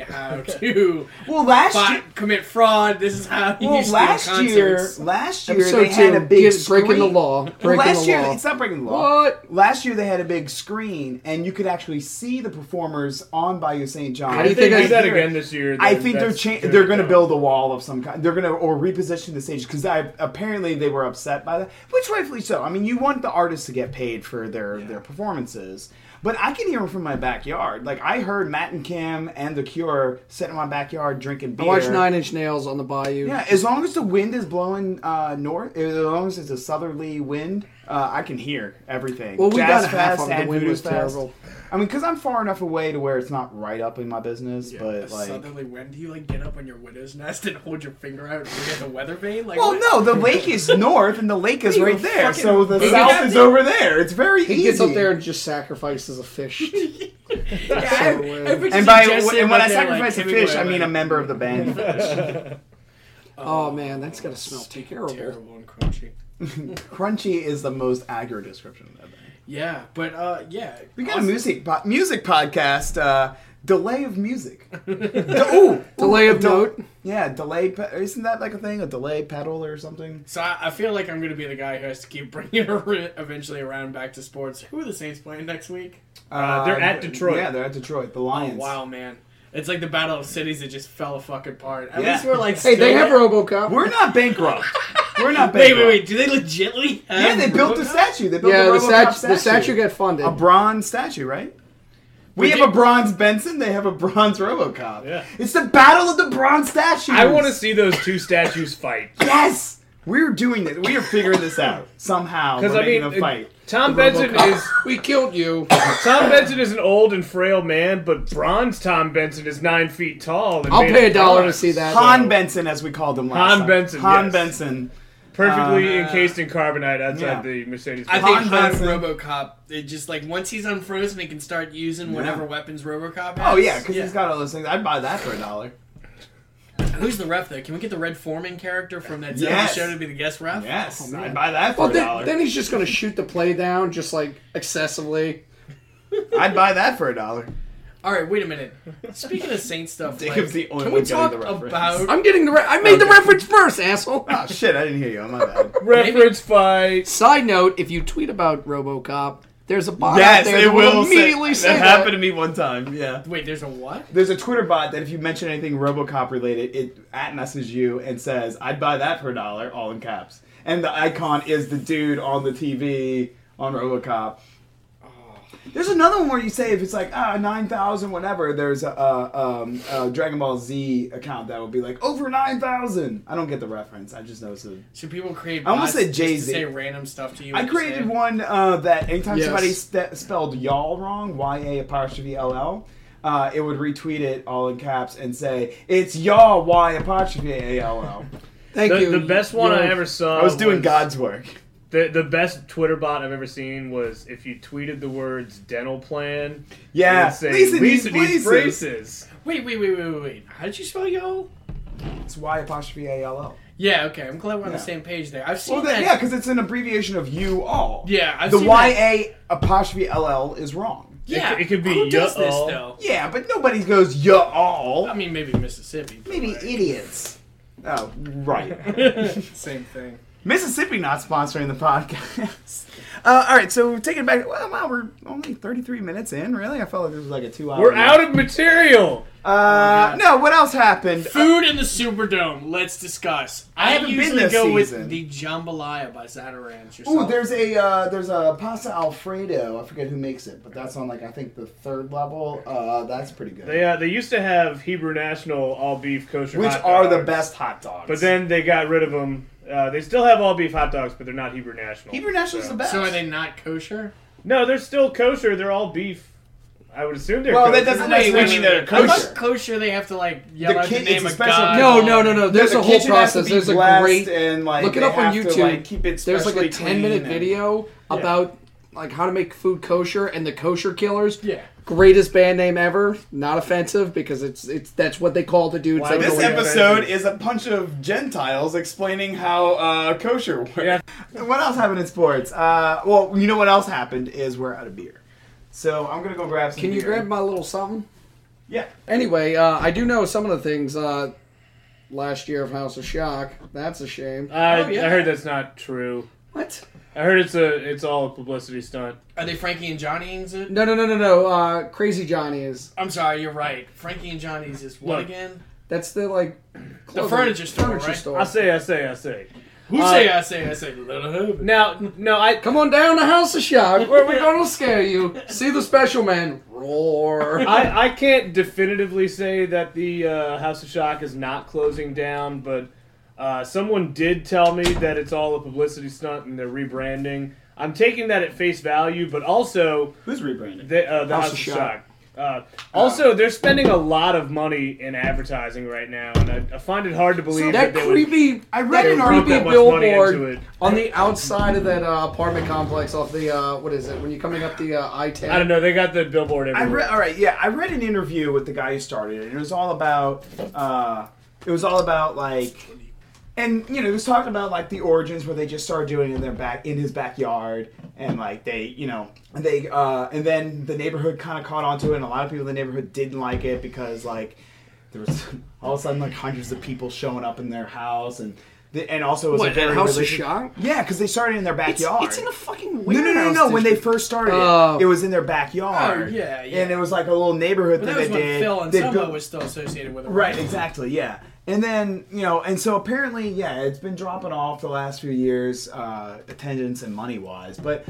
(laughs) how to Well, last fi- year, (laughs) commit fraud, this is how you well, steal last year, concerts. last year Episode they had two, a big get- breaking the screen. law. Breaking Well, last the year, law. it's not breaking the law. what? Last year they had a big screen, and you could actually see the performers on Bayou Saint John. How If do you they think do I that hear again this year, I then think they're that's cha- good they're going to go. build a wall of some kind. They're going to or reposition the stage because I apparently they were upset by that, which rightfully so. I mean, you want the artists to get paid for their their performances, but I can hear them from my backyard. Like I heard Matt and Kim and The Cure sitting in my backyard drinking I beer. watched Nine Inch Nails on the Bayou. Yeah, as long as the wind is blowing uh, north, as long as it's a southerly wind, uh, I can hear everything. Well, we Jazz got half Fest of it. The and wind Voodoo was Fest. terrible. I mean, because I'm far enough away to where it's not right up in my business, a but like. southerly wind. Do you like get up on your widow's nest and hold your finger out and look at the weather vane? Like, Well, (laughs) what- no, the lake is north and the lake is You right there, fucking so the booger. south is over there. It's very He easy. gets up there and just sacrifices a (laughs) fish. Yeah, That's I- so weird. I picture And by Jesse and up when I there, like, sacrifice a Timmy fish, I Whalen. mean a member of the band. (laughs) oh man, that's gotta smell terrible. terrible and crunchy. Crunchy is the most accurate description of that. band. Yeah, but uh, yeah, We got awesome. a music po- music podcast. Uh, delay of (laughs) music. De- ooh, Delay ooh, of del- note. Yeah, delay. Pe- isn't that like a thing? A delay pedal or something? So I, I feel like I'm gonna be the guy who has to keep (laughs) bringing it ar- eventually around back to sports. Who are the Saints playing next week? Oh, Uh, they're at Detroit. Yeah, they're at Detroit. The Lions. Wow, man, it's like the battle of cities that just fell a fucking apart. At Yeah. least we're like, Hey, they still- have RoboCop. We're not bankrupt. We're not (laughs) Wait, bankrupt. wait, wait! Do they legitly? Yeah, Have they built the Robocop? statue. They built yeah, the, the, RoboCop statu- statue. the statue got funded. a bronze statue, right? We, We have did- a bronze Benson. They have a bronze RoboCop. Yeah. It's the battle of the bronze statues. I want to see those two statues fight. Yes, we're doing this. We are figuring this out somehow. Because We're I mean, making a fight. Tom Benson is we killed you. Tom Benson is an old and frail man, but bronze Tom Benson is nine feet tall. and I'll made pay of a dollar to bronze. see that. Han Benson, as we called him last Uh, Han time. Benson, Han yes. Benson. Perfectly Uh, encased in carbonite outside yeah. the Mercedes. I Benz. think Han Han Benson. RoboCop. It just like once he's unfrozen, he can start using whatever Yeah. weapons RoboCop has. Oh yeah, because he's got all those things. I'd buy that for a dollar. Who's the ref though? Can we get the Red Foreman character from that Yes. zombie show to be the guest ref? Yes, I'd buy that for Well, a then, dollar. then he's just gonna shoot the play down, just like excessively. I'd buy that for a dollar. All right, wait a minute. Speaking of Saint stuff, like, Jacob's the only can one we getting talk the reference. about? I'm getting the. Re- I made the reference first, asshole. Oh shit, I didn't hear you. My bad. Reference fight. Side note: If you tweet about RoboCop, there's a bot out yes, there it that will will immediately say, that that. happened to me one time. Yeah. Wait, there's a what? There's a Twitter bot that if you mention anything RoboCop related, it at messages you and says, "I'd buy that for a dollar," all in caps. And the icon is the dude on the TV on RoboCop. There's another one where you say if it's like ah nine thousand whatever. There's a, a, um, a Dragon Ball Z account that will be like over nine thousand. I don't get the reference. I just know it's a Should people create? I almost bots said just to Jay-Z. Say random stuff to you. I and created say- one uh, that anytime Yes. somebody st- spelled y'all wrong, Y A apostrophe L L, uh, it would retweet it all in caps and say, It's y'all, Y apostrophe A L L. Thank The, you. the best one You're- I ever saw. I was doing was- God's work. The, the best Twitter bot I've ever seen was if you tweeted the words dental plan. it Yeah. would say, Lisa needs braces." needs braces. Wait, wait, wait, wait, wait, wait. How did you spell y'all? It's Y apostrophe A L L. Yeah, okay. I'm glad we're on the Yeah. same page there. I've seen Well, that. then, yeah, because it's an abbreviation of you all. Yeah, I've the seen Y that. A apostrophe L L is wrong. Yeah, It- it could be Who does this y'all. though? Yeah, but nobody goes you all. I mean, maybe Mississippi. but Maybe E- like- idiots. Oh, right. (laughs) Same thing. Mississippi not sponsoring the podcast. (laughs) Uh, all right, so we're taking it back. Well, wow, we're only 33 minutes in, really? I felt like this was like a two hour. We're out of Oh material. Uh, no, what else happened? Uh, Food in the Superdome. Let's discuss. I, haven't been usually this go season. with the jambalaya by Zatarans. Ooh, there's a uh, there's a pasta alfredo. I forget who makes it, but that's on like I think the third level. Uh, that's pretty good. They uh, they used to have Hebrew National all beef kosher, Which hot are the dogs, best hot dogs? But then they got rid of them. Uh, they still have all beef hot dogs, but they're not Hebrew National. Hebrew National's So- the best. So are they not kosher? No, they're still kosher. They're all beef. I would assume they're. Well, kosher. that doesn't necessarily mean they're I thought kosher. kosher, they have to like yell The out kid- the name it's a of special- God. No, no, no, no. There's the a whole kitchen has to process. be There's a blessed great. and like look it they up on have to, YouTube. like, keep it There's like a specially 10 minute clean and- video about like how to make food kosher and the kosher killers. Yeah. Greatest band name ever. Not offensive because it's it's that's what they call the dudes. Why that would This go in. Yeah, episode thank you. is a bunch of Gentiles explaining how uh, kosher works. Yeah. What else happened in sports? Uh, well, you know what else happened is we're out of beer. So I'm gonna go grab some. Can you beer. grab my little something? Yeah. Anyway, uh, I do know some of the things. Uh, last year of House of Shock. That's a shame. I, Oh, yeah. I heard that's not true. What? I heard it's a it's all a publicity stunt. Are they Frankie and Johnny's it? No, no, no, no, no. Uh, Crazy Johnny is. I'm sorry, you're right. Frankie and Johnny's is what Look. again? That's the like. clothing- furniture store, right? I say, I say, I say. Who Uh, say I say I say? Let it happen. Now, no, I Come on down to House of Shock, where we're gonna scare you. See the special man roar. Uh, I, I can't definitively say that the uh, House of Shock is not closing down, but uh, someone did tell me that it's all a publicity stunt and they're rebranding. I'm taking that at face value, but also Who's rebranding? the, uh, the House, of Shock. Uh, also, they're spending a lot of money in advertising right now, and I, I find it hard to believe that they would creepy. I read that an pump creepy that much money into billboard it. on the outside of that uh, apartment complex off the uh, what is it? When you're coming up the uh, I ten. I don't know. They got the billboard I everywhere. read. All right. Yeah, I read an interview with the guy who started it, and it was all about. Uh, it was all about like. And you know, it was talking about like the origins where they just started doing it in their back in his backyard, and like they, you know, they uh, and then the neighborhood kind of caught onto it, and a lot of people in the neighborhood didn't like it because like there was (laughs) all of a sudden like hundreds of people showing up in their house, and the, and also it was a What, at very House of religious- Shock? Yeah, because they started in their backyard. fucking No, no, no, no. When they first started, it, Oh. it was in their backyard. Oh, yeah, yeah. And it was like a little neighborhood But that was thing they when did. Phil and They Selma built- was still associated with it. right, exactly, yeah. And then you know, and so apparently, yeah, it's been dropping off the last few years, uh, attendance and money wise. But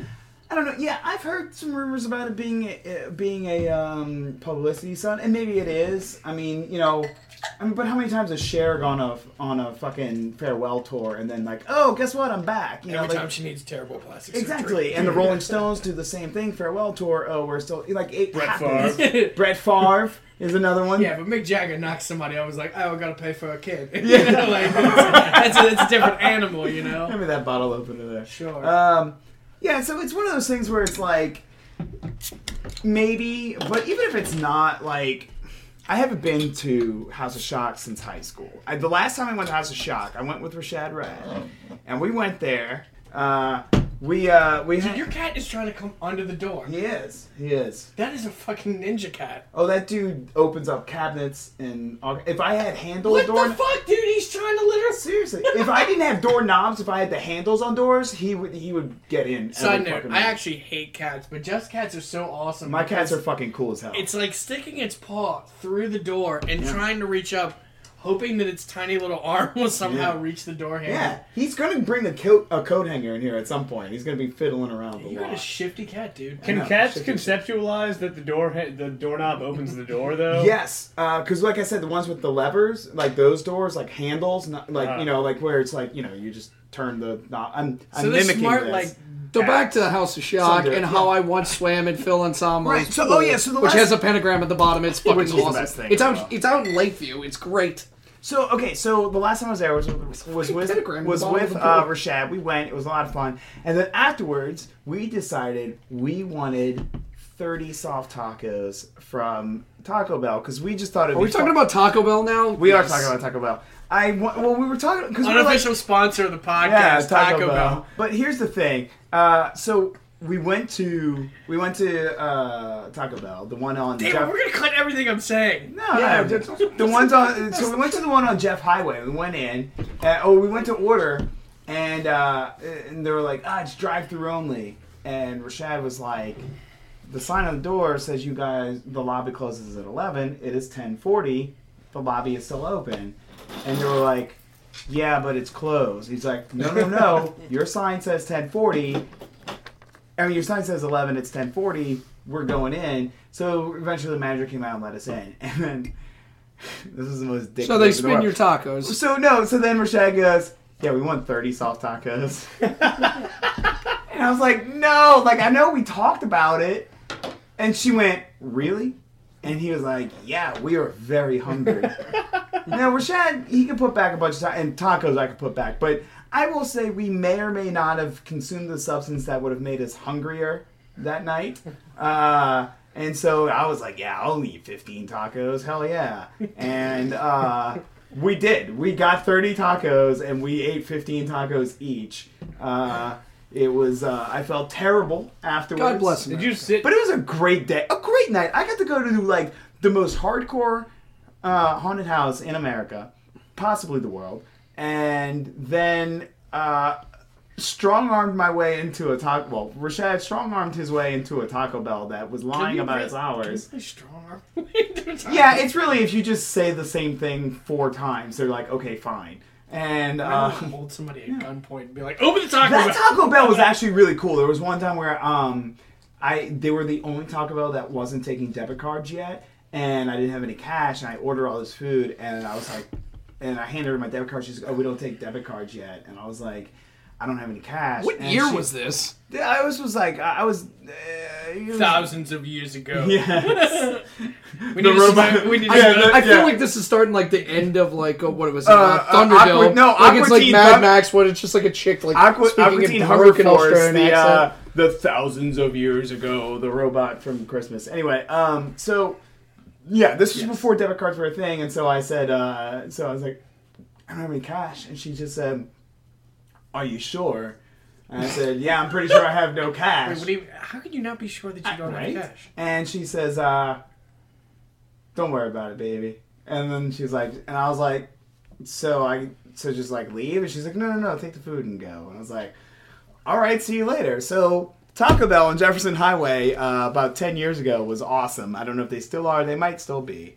I don't know. Yeah, I've heard some rumors about it being a, eh, being a um, publicity stunt, and maybe it is. I mean, you know. I mean, but how many times has Cher gone on a, on a fucking farewell tour and then like, oh, guess what, I'm back. You Every know, like, time she needs terrible plastic Exactly, and the (laughs) Rolling Stones do the same thing. Farewell tour. Oh, we're still like it Brett happens. Favre. surgery. (laughs) Brett Favre is another one. yeah, but Mick Jagger knocks somebody. I was like, oh, I gotta pay for a kid. (laughs) Yeah, you know, like that's, that's, a, that's a different animal, you know. (laughs) Give me that bottle opener there. Sure. Um, yeah, so it's one of those things where it's like maybe, but even if it's not like. I haven't been to House of Shock since high school. I, the last time I went to House of Shock, I went with Rashad Oh. Rad, and we went there. Uh, we uh, we Dude, your had, cat is trying to come under the door. he is he is That is a fucking ninja cat. Oh, that dude opens up cabinets and if I had handle What door. the fuck, dude? He's trying to litter. Seriously, if I didn't have doorknobs, if I had the handles on doors, he would he would get in. every Side note: fucking I night. actually hate cats, but Jeff's cats are so awesome. my cats because are fucking cool as hell. It's like sticking its paw through the door and trying to reach up, hoping that its tiny little (laughs) arm will somehow Yeah. reach the door handle. yeah, he's gonna bring a coat a coat hanger in here at some point. He's gonna be fiddling around the You're a lot. shifty cat, dude. Can I know, cats shit, shit, conceptualize that the door ha- the doorknob opens the door though? Yes, because like I said, the ones with the levers, like those doors, like handles, not, like Uh. you know, like where it's like you know, you just turn the knob. I'm, I'm So they're mimicking smart, this. like So back to House of Shock Sunday, and how I once swam in Phil Ensemble. Right, so- oh, yeah, so the which last- has a pentagram at the bottom. It's fucking (laughs) Which is the awesome. best thing it's as out. well. It's out in Lakeview. It's great. So okay, so the last time I was there was was was with, pentagram in was the bottom with of the pool. uh, Rashad. We went. It was a lot of fun. And then afterwards, we decided we wanted thirty soft tacos from Taco Bell because we just thought it. Are we talking about Taco Bell now? We are talking about Taco Bell. I wa- well, we were talking because we were like, unofficial sponsor of the podcast, yeah, Taco, Bell. But here's the thing. Uh, so we went to we went to uh, Taco Bell, the one on Damn, Jeff- we're gonna cut everything I'm saying. No, Yeah, no, the, the ones on. So we went to the one on Jeff Highway. We went in. Uh, oh, we went to order, and uh, and they were like, ah, it's drive-through only. And Rashad was like, the sign on the door says you guys the lobby closes at eleven. It is ten forty. The lobby is still open, and they were like. Yeah, but it's closed. He's like, no, no, no. Your sign says 1040. I mean, your sign says 11, it's 1040, we're going in. So eventually the manager came out and let us in. (laughs) And then, this is the most dick So they move in the spin world. your tacos. So no, so then Rashad goes, yeah, we want 30 soft tacos. and I was like, no, like I know we talked about it. And she went, really? And he was like, yeah, we are very hungry. now Rashad, he can put back a bunch of ta- and tacos I could put back, but I will say we may or may not have consumed the substance that would have made us hungrier that night. Uh, and so I was like, yeah, I'll eat 15 tacos. Hell yeah. And uh, we did. We got 30 tacos and we ate 15 tacos each. Uh, it was, uh, I felt terrible afterwards. God bless him. Did you sit? But it was a great day, a great night. I got to go to like the most hardcore uh, haunted house in America, possibly the world, and then uh, strong armed my way into a taco. Well, Rashad strong armed his way into a Taco Bell that was lying about its hours. Strong. Yeah, it's really if you just say the same thing four times, they're like, okay, fine. And Uh, uh, hold somebody at gunpoint and be like, "Open the taco." That Bell." Taco Bell was actually really cool. There was one time where um, I they were the only Taco Bell that wasn't taking debit cards yet, and I didn't have any cash, and I ordered all this food, and I was like, and I handed her my debit card. She's like, oh, we don't take debit cards yet, and I was like. I don't have any cash. What And year she- was this? I was was like I I was. Uh, it was- Thousands of years ago. (laughs) Yes. we The need to robot- survive- we need to Yeah, survive- the- I feel yeah. like this is starting like the end of like uh, what it was uh, Uh, uh, Thunderdome. Aqua- no, like it's Aqua like Teen Mad Thun- Max, when it's just like a chick like Aqua, speaking Aqua Teen in Hunger broken Force, Australian the, accent. uh, the thousands of years ago, the robot from Christmas. Anyway, um, so yeah, this was before debit cards were a thing, and so I said, uh, so I was like, I don't have any cash, and she just said, Are you sure? And I said, Yeah, I'm pretty sure I have no cash. (laughs) Wait, what do you- how could you not be sure that you don't Uh, right? have cash? And she says, uh, "Don't worry about it, baby." And then she's like, and I was like, "So I, so just like leave?" And she's like, "No, no, no, take the food and go." And I was like, "All right, see you later." So Taco Bell on Jefferson Highway uh, about ten years ago was awesome. I don't know if they still are. They might still be.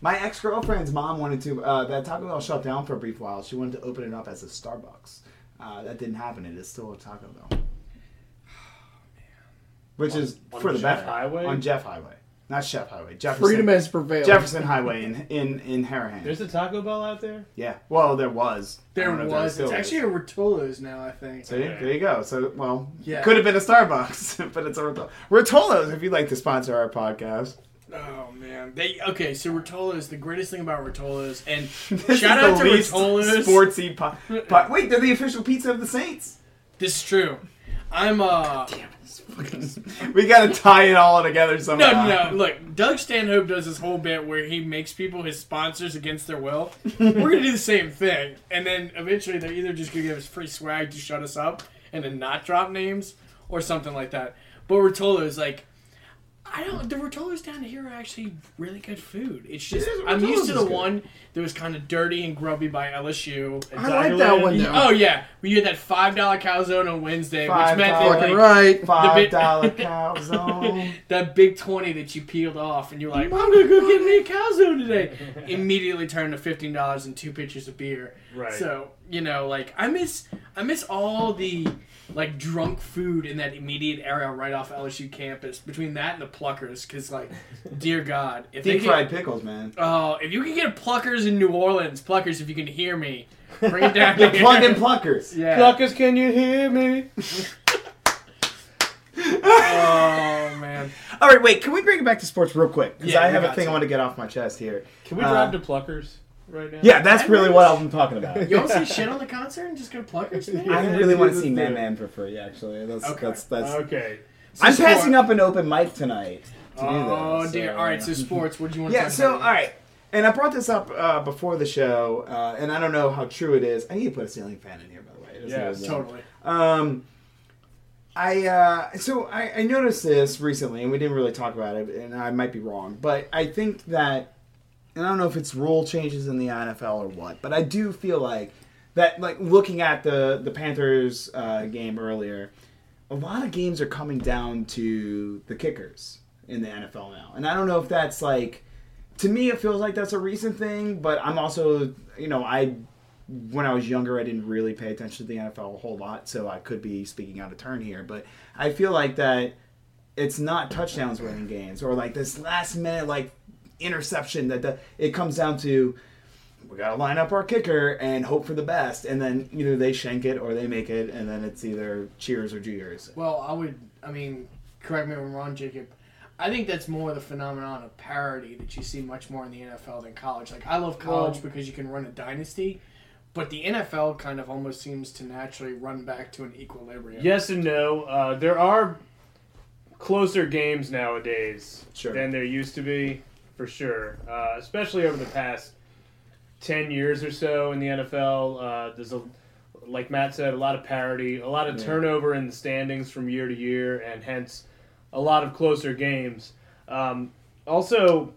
My ex girlfriend's mom wanted to. Uh, that Taco Bell shut down for a brief while. She wanted to open it up as a Starbucks. Uh, that didn't happen. It is still a Taco Bell. Which is On for the Jeff better Highway? on Jeff Highway, not Chef Highway. Jefferson. Freedom has prevailed. Jefferson Highway in in in Harahan. There's a Taco Bell out there. yeah. Well, there was. I There don't know if was. still It's is. actually a Rotolo's now, I think. See, there you go. So, well, Yeah. could have been a Starbucks, (laughs) but it's a Rotolo. Rotolos. If you'd like to sponsor our podcast, (laughs) Oh man, they okay. So Rotolo's. The greatest thing about Rotolo's, and (laughs) This shout is out the to least Rotolo's. Sportsy po- po- Wait, they're the official pizza of the Saints. (laughs) This is true. I'm uh. we gotta tie it all together somehow. No, no, no. Look, Doug Stanhope does this whole bit where he makes people his sponsors against their will. We're gonna do the same thing, and then eventually they're either just gonna give us free swag to shut us up and then not drop names or something like that. But Rotolo is like, I don't. The Rotolos down here are actually really good food. It's just Yeah, I'm used Rotolo's to is the good. one that was kind of dirty and grubby by LSU. I like that one though. Oh yeah, we had that five dollar calzone on Wednesday, which Five meant that, dollar- like, Fucking right. Five big- dollar (laughs) calzone. that big 20 that you peeled off and you're like, I'm going to go get me a calzone today. Immediately turned to $15 and two pitchers of beer. Right. So, you know, like I miss I miss all the like drunk food in that immediate area right off LSU campus between that and the pluckers cuz like dear god, if Deep they fried could, pickles, man. (laughs) Oh, if you can get pluckers in New Orleans, pluckers if you can hear me, bring it down The here. plug and pluckers. (laughs) Yeah. Pluckers, can you hear me? Oh man. All right, wait. Can we bring it back to sports real quick? Because Yeah, I we have a got thing to. I want to get off my chest here. Can we Uh, drive to Pluckers right now? Yeah, that's I really really- what I've been talking about. You want to see shit on the concert and just go to pluckers? (laughs) Man? I really want to (laughs) let's see do Man it. Man for free. Actually, that's Okay. that's that's. Okay. I'm Sport. passing up an open mic tonight. To do that, Oh so- uh, dear! All right, (laughs) so sports. What do you want? Yeah, to talk so, all about? right. And I brought this up uh, before the show, uh, and I don't know how true it is. I need to put a ceiling fan in here, by the way. It doesn't Yeah, really work. totally. Um, I uh, so I, I noticed this recently, and we didn't really talk about it, and I might be wrong, but I think that, and I don't know if it's rule changes in the NFL or what, but I do feel like that, like looking at the the Panthers uh, game earlier, a lot of games are coming down to the kickers in the NFL now, and I don't know if that's like. To me, it feels like that's a recent thing, but I'm also, you know, I when I was younger, I didn't really pay attention to the NFL a whole lot, so I could be speaking out of turn here. But I feel like that it's not touchdowns winning games or like this last minute like interception that the, it comes down to. We gotta line up our kicker and hope for the best, and then either they shank it or they make it, and then it's either cheers or jeers. Well, I would. I mean, correct me if I'm wrong, Jacob. I think that's more the phenomenon of parity that you see much more in the NFL than college. Like I love college because you can run a dynasty, but the NFL kind of almost seems to naturally run back to an equilibrium. Yes and no. Uh, there are closer games nowadays Sure. than there used to be, for sure. Uh, especially over the past ten years or so in the NFL. Uh, there's a, like Matt said, a lot of parity, a lot of Yeah. turnover in the standings from year to year, and hence a lot of closer games. Um, also,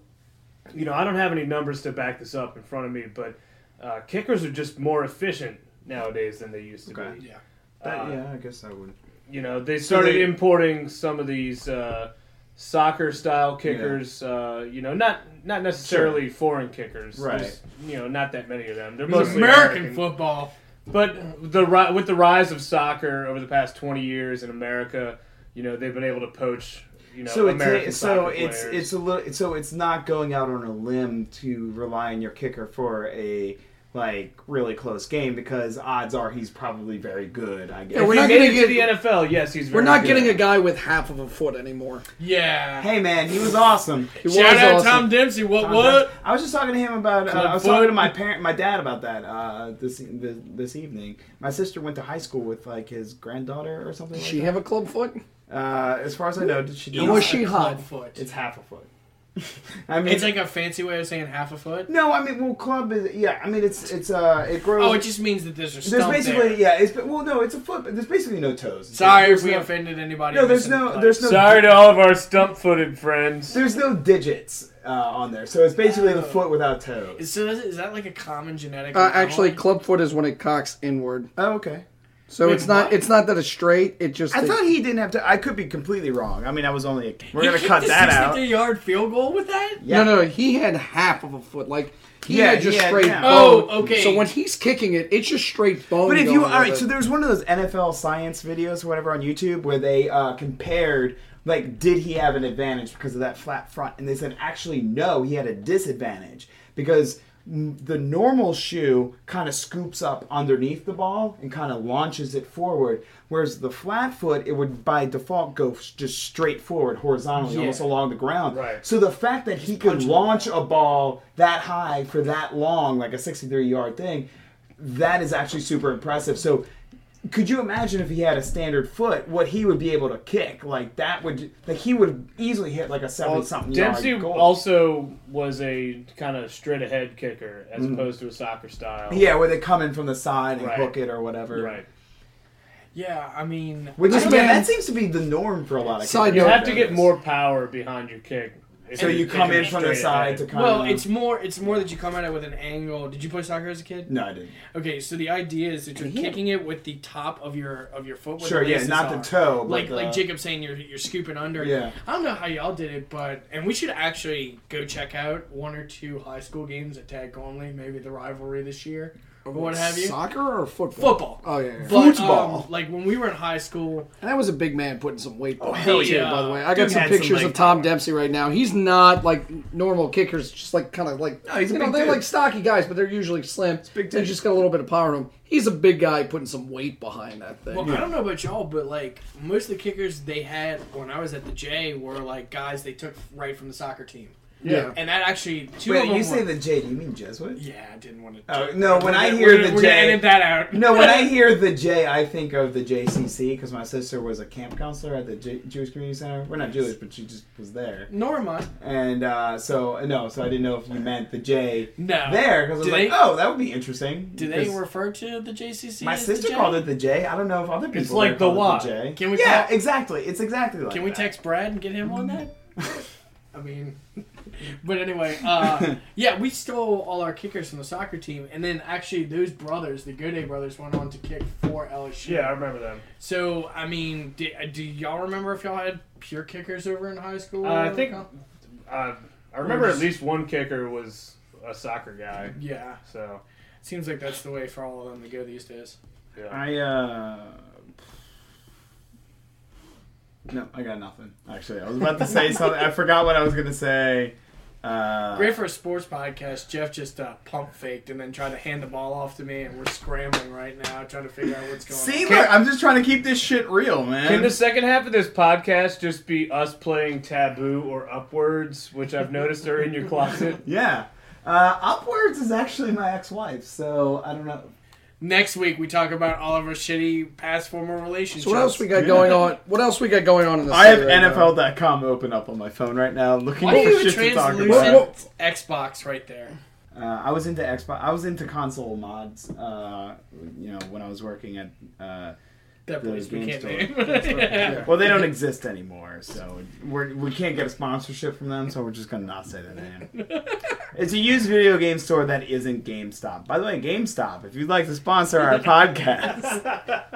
you know, I don't have any numbers to back this up in front of me, but uh, kickers are just more efficient nowadays than they used to Okay. be. Yeah. That- Uh, yeah, I guess I would. you know they So started they- importing some of these uh, soccer style kickers uh, you know not not necessarily foreign kickers Right. There's, you know not that many of them they're It was mostly American, football. but the ri- with the rise of soccer over the past 20 years in America you know they've been able to poach you know so American it's so soccer it's players. it's a little so it's not going out on a limb to rely on your kicker for a like really close game because odds are he's probably very good. I guess. Yeah, if we're he not made gonna it get- to the NFL yes he's We're very not good. getting a guy with half of a foot anymore. Yeah. hey man, he was awesome. He Shout was out awesome. Tom Dempsey. What what? I was just talking to him about. Uh, I was Clubfoot. talking to my parent, my dad about that uh, this, this this evening. My sister went to high school with like his granddaughter or something. Did like she have a club foot? that. uh, as far as I know, did she? do Or was that? she hot? Foot. It's half a foot. (laughs) I mean, It's like a fancy way of saying half a foot. no, I mean, well, club is yeah. I mean, it's it's uh, it grows. Oh, it just means that there's a There's stump basically there. yeah. It's well, no, it's a foot. But there's basically no toes. Sorry There's if we no, offended anybody. No, who there's listened to no, the there's no, podcast. sorry to all of our stump footed friends there's no digits uh, on there. So it's basically the foot without toes. Is- So is, is that like a common genetic? Uh, actually, anomaly? club foot is when it cocks inward. Oh, okay. So Wait, it's not what? it's not that it's straight. It just I it- thought he didn't have to. I could be completely wrong. I mean, I was only. We're He gonna (laughs) kicked (laughs) cut a that out. 63-yard field goal with that. Yeah. No, no, he had half of a foot. Like he Yeah, had just he had straight half. bone. Oh, okay. So when he's kicking it, it's just straight bone. But if going you all right, over. so there's one of those NFL science videos or whatever on YouTube where they uh, compared like did he have an advantage because of that flat front, and they said actually no, he had a disadvantage because mm, the normal shoe kind of scoops up underneath the ball and kind of launches it forward, whereas the flat foot it would by default go s- just straight forward horizontally, Yeah. almost along the ground. Right. So the fact that he could launch a ball that high for that long, like a 63 yard thing, that is actually super impressive. So could you imagine if he had a standard foot, what he would be able to kick? Like that would like he would easily hit like a 70 something yard Dempsey goal. also was a kind of straight ahead kicker as opposed to a soccer style. Mm-hmm. yeah, where they come in from the side and Right. hook it or whatever. Right. Yeah, I mean, Which is I mean- that seems to be the norm for a lot of Side kickers. You note- have to get more power behind your kick. if So you're you come kicking in from the straight side ahead. to kind well, of it's more it's more that you come at it with an angle. Did you play soccer as a kid? No, I didn't. Okay, so the idea is that you're Yeah. kicking it with the top of your of your foot. where Sure, the yeah, laces not the are. toe, but Like the- like Jacob saying you're you're scooping under. Yeah. I don't know how y'all did it, but and we should actually go check out one or two high school games at Tag Only, maybe the rivalry this year or what have you. Soccer or football? Football. Oh yeah. yeah. But, um, Football. like when we were in high school, And that was a big man putting some weight. Oh hell yeah. By the way, I Dude got some had some pictures leg of Tom Dempsey right now. He's not like normal kickers, just like kind of like he's a you know big they're dude. like stocky guys, but they're usually slim. big They dude. just got a little bit of power in him. He's a big guy putting some weight behind that thing. well, I don't know about y'all, but like most of the kickers they had when I was at the J were like guys they took right from the soccer team, yeah. and that actually two of Wait, them you say were- the J, do you mean Jesuit? Yeah, I didn't want to. Oh, no, when I We're hear gonna- the we're gonna J- edit that (laughs) out. No, (laughs) when I hear the J, I think of the JCC because my sister was a camp counselor at the J- Jewish Community Center. We're not Jewish, but she just was there. nor am I. And uh, so no, so I didn't know if you meant the J No. there because I was Do like, they- oh, that would be interesting. Do they 'cause refer to the JCC? my as sister the J? called it the J. I don't know if other people. It's like there the call it Y. J. Can we Yeah, call- exactly. It's exactly like. Can we that. text Brad and get him (laughs) on that? I mean, (laughs) but anyway, uh, (laughs) yeah, we stole all our kickers from the soccer team, and then actually those brothers, the Goday brothers, went on to kick for LSU. Yeah, I remember them. So I mean, do, do y'all remember if y'all had pure kickers over in high school? Uh, I think uh, I remember at just- least one kicker was a soccer guy. Yeah, So seems like that's the way for all of them to go these days. yeah. I uh. No, I got nothing. Actually, I was about to (laughs) say something. I forgot what I was gonna say. Uh, Great for a sports podcast. Jeff just uh, pump faked and then tried to hand the ball off to me, and we're scrambling right now trying to figure out what's going See, on. look, I'm just trying to keep this shit real, man. Can the second half of this podcast just be us playing Taboo or Upwards, which I've noticed are (laughs) in your closet? yeah. Uh, Upwards is actually my ex-wife, so I don't know. Next week we talk about all of our shitty past former relationships. So what else we got going on? What else we got going on in the I have city right now? NFL.com open up on my phone right now, looking Why do for you have a shit to talk translucent about. What- Xbox right there? Uh, I was into Xbox. I was into console mods. Uh, you know, when I was working at. Uh, That The place we game can't store. name. (laughs) (laughs) well, they don't exist anymore, so we're, we can't get a sponsorship from them, so we're just gonna not say the (laughs) name. It's a used video game store that isn't GameStop. By the way, GameStop, if you'd like to sponsor (laughs) our podcast,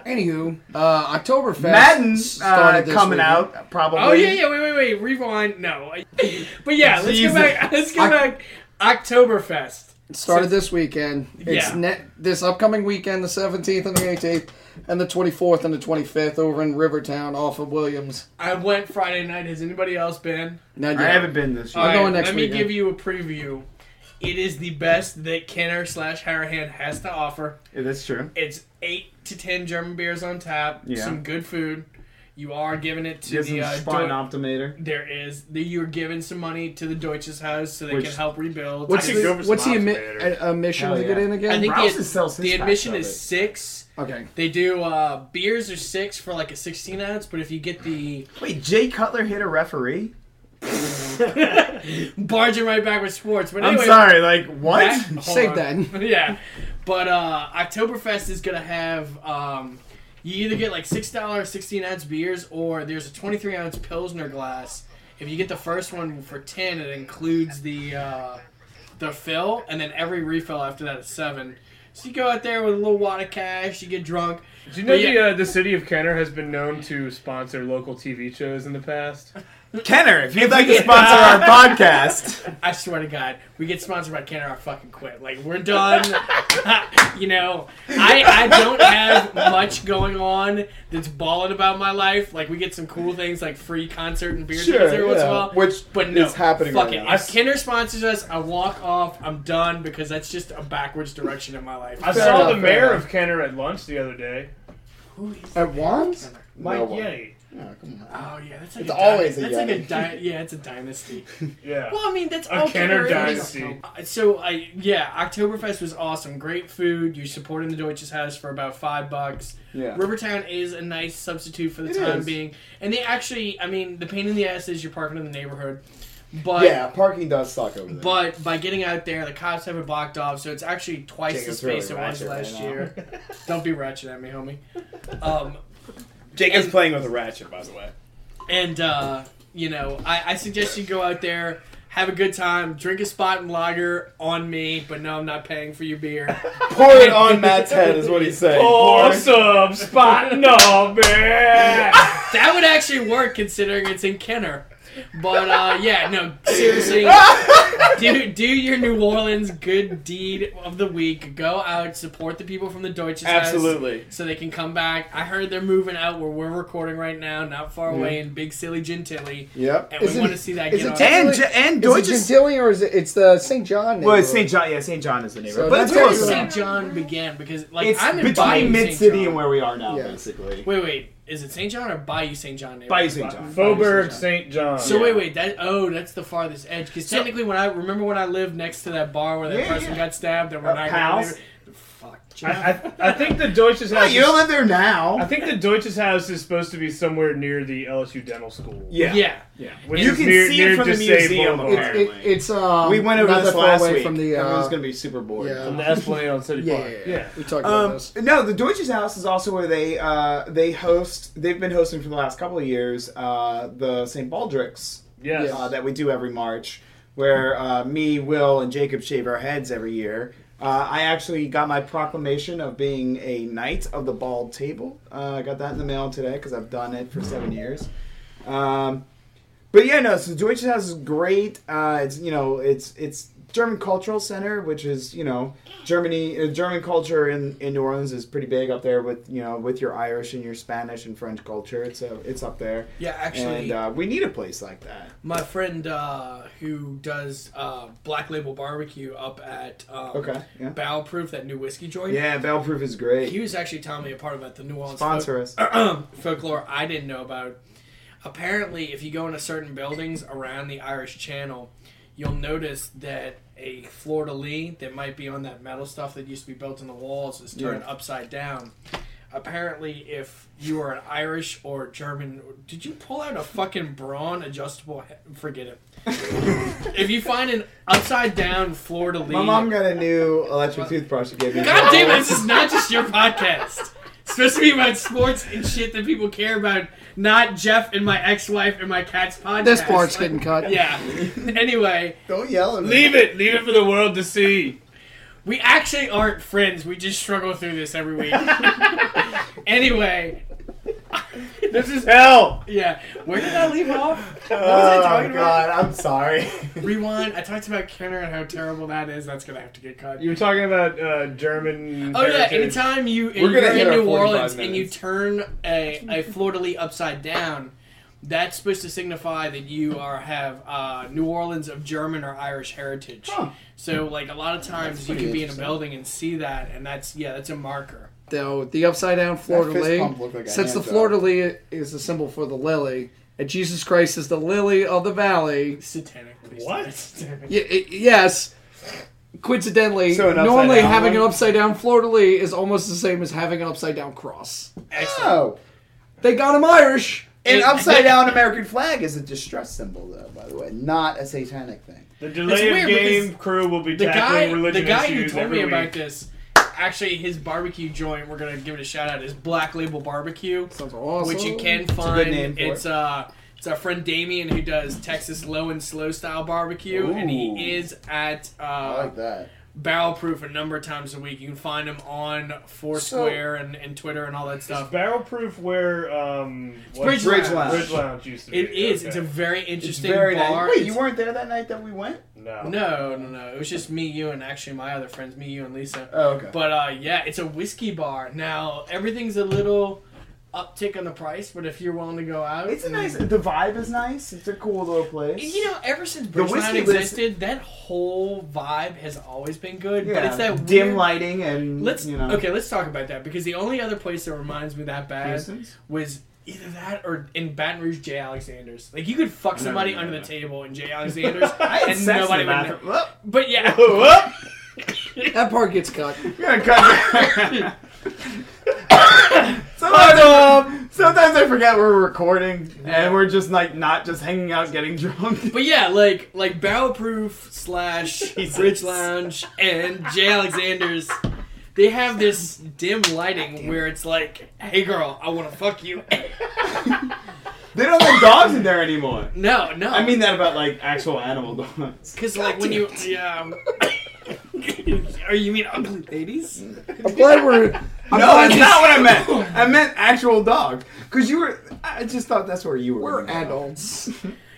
Anywho, uh, Oktoberfest Madden uh, started this coming weekend. out probably. Oh yeah, yeah. Wait, wait, wait. Rewind. No, (laughs) but yeah. Let's go Jesus. back. Let's go I- back. Oktoberfest. Started this weekend. It's Yeah. ne- this upcoming weekend, the 17th and the 18th, and the 24th and the 25th over in Rivertown off of Williams. I went Friday night. Has anybody else been? Now, I haven't been this year. I'm Alright, going next Let me weekend. give you a preview. It is the best that Kenner slash Harahan has to offer. Yeah, That's true. It's eight to ten German beers on tap. Yeah. Some good food. You are giving it to Get some the uh, Spawn Deu- Optimator. there is the, you're giving some money to the Deutsches House so they Which- can help rebuild. What's I I could go the, for some what's the Optimator. admi- uh, admission Hell to get yeah. in again? I think Rouse's the, sells six the packs admission of is it. six. okay. They do uh, beers are six for like a sixteen ounce, but if you get the Wait, Jay Cutler hit a referee? barging right back with sports, but anyway, I'm sorry, like what? (laughs) back- hold Save on. that. (laughs) yeah. But uh Oktoberfest is gonna have um you either get like six dollar sixteen ounce beers or there's a twenty three ounce Pilsner glass. If you get the first one for ten it includes the uh the fill and then every refill after that is seven. So you go out there with a little wad of cash, you get drunk. Do you know But the yeah. uh, the city of Kenner has been known to sponsor local TV shows in the past? Kenner, if you'd like to sponsor our podcast, I swear to God, we get sponsored by Canada, I fucking quit. Like we're done. (laughs) you know, I I don't have much going on that's balling about my life. Like we get some cool things like free concert and (laughs) beer tickets every once in a while. which but no, is happening Fuck right it. now. If Kinder sponsors us, I walk off. I'm done because that's just a backwards direction in my life. I Fair saw enough, the fair mayor enough. of Kenner at lunch the other day. Who is At once? Mike No one. Yeti. Oh, come on. Oh yeah, that's like It's a always dyna- a that's like a Yeti. di- yeah, it's a dynasty. Yeah. Well, I mean, that's A all Kenner Kenner is. dynasty. Uh, So I yeah, Oktoberfest was awesome. Great food. You're supporting the Deutsches House for about five bucks. Yeah. Rivertown is a nice substitute for the It time is. being, and they actually, I mean, the pain in the ass is you're parking in the neighborhood, but Yeah, parking does suck over there. but by getting out there, the cops have it blocked off, so it's actually twice Jacob's the space really it was ratchet last right now. year. (laughs) Don't be ratchet at me, homie. Um, Jacob's and- playing with a ratchet, by the way. and uh, you know, I, I suggest you go out there, have a good time, drink a spot and lager on me, but no, I'm not paying for (laughs) your beer. Pour it on Matt's head is (laughs) what he's saying. Awesome spot, no man. that would actually work considering it's in Kenner. But uh, yeah, no, (laughs) seriously, do do your New Orleans good deed of the week. Go out, support the people from the Deutsches House Absolutely. so they can come back. I heard they're moving out where we're recording right now, not far away in Big Silly Gentilly, Yep. and Is we it- want to see that is get it on. ten? And J- and Is it Deutsches. Gentilly or is it? It's the St. John. Well, neighborhood. it's St. John. Yeah, St. John is the neighborhood, So but that's it's Where close does enough. St. John began? Because like It's I'm in Bayou between Mid Saint City John. and where we are now, Yeah. basically. Wait, wait, is it St. John or Bayou St. John? neighborhood? Bayou St. John. Faubourg Saint John. So Yeah. wait, wait. That oh, that's the farthest edge. Because technically, when I remember when I lived next to that bar where that Yeah, person yeah. got stabbed, and we're Uh, not Pals? gonna leave- Fuck. Jim. I, I, I think the Deutsches No, House. you don't Is, live there I now. think the Deutsches House is supposed to be somewhere near the LSU Dental School. Yeah. yeah. Yeah. Which You is can near, see it near from the disabled museum, bar. It's, it, apparently. it's um, We went over not that this far last away week. from the. Everyone's Uh, going to be super bored. yeah. From the Esplanade on City yeah, yeah, Park. yeah. Yeah. We talked about Um, this. no, the Deutsches House is also where they uh, they host. They've been hosting for the last couple of years uh, the St. Baldrick's Yes. uh, that we do every March, where uh, me, Will, and Jacob shave our heads every year. Uh, I actually got my proclamation of being a Knight of the Bald Table. Uh, I got that in the mail today because I've done it for seven years. Um, but yeah, no. So Deutsches Haus is great. Uh, it's you know, it's it's German cultural center, which is you know, Germany, uh, German culture in, in New Orleans is pretty big up there with you know with your Irish and your Spanish and French culture. It's uh, it's up there. Yeah, actually, and uh, we need a place like that. my friend uh, who does uh, Black Label Barbecue up at um, Okay, yeah. Bow Proof, that new whiskey joint. Yeah, Bell Proof is great. He was actually telling me a part about the New Orleans folk- Sponsor (coughs) us. folklore I didn't know about. Apparently, if you go into certain buildings around the Irish Channel, you'll notice that a fleur de lis that might be on that metal stuff that used to be built in the walls is turned Yeah. upside down. Apparently, if you are an Irish or German, did you pull out a fucking brawn adjustable? He- forget it. if you find an upside down fleur de lis, My mom got a new electric toothbrush she gave me. God damn it, this is not just your podcast. It's supposed to be about sports and shit that people care about, not Jeff and my ex wife and my cat's podcast. This part's getting cut. Yeah. Anyway, Don't yell at me. Leave it. Leave it for the world to see. we actually aren't friends. We just struggle through this every week. anyway, (laughs) This is hell. yeah. Where did I leave off? Oh was I talking about? God, I'm sorry. (laughs) Rewind. I talked about Kenner and how terrible that is. That's going to have to get cut. You were talking about uh, German. Oh yeah! heritage. Anytime you We're gonna and you're in hit our New 45 Orleans and you minutes. turn a a fleur de lis upside down, that's supposed to signify that you are have uh, New Orleans of German or Irish heritage. Huh. So like a lot of times you pretty can be in a interesting. building and see that, and that's yeah, that's a marker. Though the upside down That Fleur de fist pump lis. looked like a Since the hand Fleur de job. lis is the symbol for the lily, and Jesus Christ is the lily of the valley. Satanic. please. What? Satanic. Y- y- yes. Coincidentally, So an upside normally down having one? an upside down fleur de lis is almost the same as having an upside down cross. Excellent. Oh, They got him Irish. an It- upside down American flag is a distress symbol, though. By the way, not a satanic thing. The delay It's of weird game because crew will be The guy, tackling the religion guy who issues told every me week. about this, actually his barbecue joint. We're gonna give it a shout out. Is Black Label Barbecue. Sounds awesome. which you can good find. name for it's it. uh it's our friend Damien who does Texas low and slow style barbecue, and he Ooh. is at I uh, like that. Barrel Proof a number of times a week. You can find him on Foursquare and, and Twitter and all that Is stuff. barrel proof where um what- Bridge Bridge Lounge. Bridge Lounge used to be. It is. Okay. It's a very It's interesting very bar. nice. Wait, you It's- weren't there that night that we went? no. (laughs) No, no, no. It was just me, you, and actually my other friends, me, you, and Lisa. Oh, okay. But uh, yeah, it's a whiskey bar. Now everything's a little uptick on the price, but if you're willing to go out, it's a and- nice. The vibe is nice. It's a cool little place. You know, ever since The Bridgetown whiskey was- existed, that whole vibe has always been good. yeah, But it's that dim weird... lighting and Let's you know. okay. Let's talk about that because the only other place that reminds me that bad (laughs) Houston's? was either that or in Baton Rouge, Jay Alexander's. Like you could fuck no, somebody no, under no. the table (laughs) in Jay Alexander's, I had and sex nobody in would the know. bathroom. Whoa, (laughs) But yeah, Whoop! That part gets (laughs) cut. you're gonna cut. (laughs) sometimes, I, sometimes I forget we're recording and we're just like not just hanging out getting drunk. But yeah, like like barrel proof (laughs) slash Bridge Lounge and Jay Alexander's, they have this dim lighting where it's like, hey girl, I want to fuck you. (laughs) They don't let dogs in there anymore. no, no. I mean that about like actual animal dogs. because like when you yeah. um, (coughs) Are you mean ugly ladies? I'm glad we're. I'm No, glad that's this- not what I meant. I meant actual dogs. Cause you were, I just thought that's where you were. (laughs) We're adults.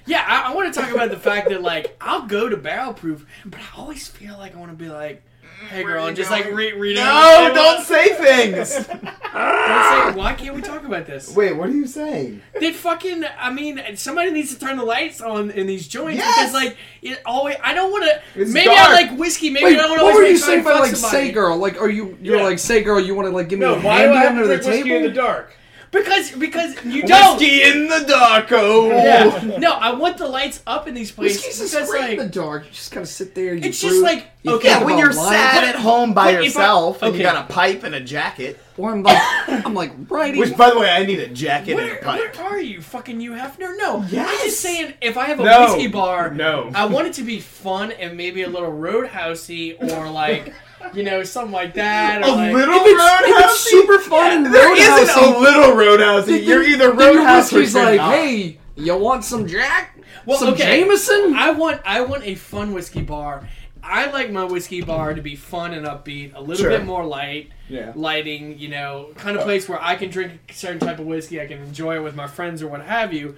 Yeah, I, I want to talk about the fact that like I'll go to barrel proof, but I always feel like I want to be like, hey Where are girl, you and just like going? re- reading. No, don't say things. Don't say, why can't we talk about this? (laughs) Wait, what are you saying? They fucking. I mean, somebody needs to turn the lights on in these joints Yes! because, like, it always. I don't want to. It's Maybe dark. I like whiskey. Maybe Wait, I don't what want to. were you saying about like say girl? Like, are you you're Yeah. like say girl? You want to like give me No, a why do handy I have to under the drink whiskey table? in the dark? Because because you don't. Whiskey in the dark. Oh, Yeah. No, I want the lights up in these places Whiskey's because, just like, in the dark. You just kind of sit there. You It's just brew, like, you okay, think Yeah, when about you're life. sad at home by but if I- yourself and you okay. got a pipe and a jacket. or I'm (laughs) like I'm like writing. Which, by the way, I need a jacket where, and a where pipe. are you, fucking you Hefner? No, I'm Yes. just saying if I have a No. whiskey bar, No. I want it to be fun and maybe a little roadhousey or like, (laughs) you know, something like that. Or A like, little if it's, if roadhouse. it's super fun and There isn't roadhousey, a little roadhouse. You're either then your roadhouse or whiskey's you're like, not. hey, you want some Jack? Well, some okay. Jameson? I want I want a fun whiskey bar. I like my whiskey bar to be fun and upbeat, a little Sure. bit more light, Yeah. Oh. lighting, you know, kind of place where I can drink a certain type of whiskey, I can enjoy it with my friends or what have you.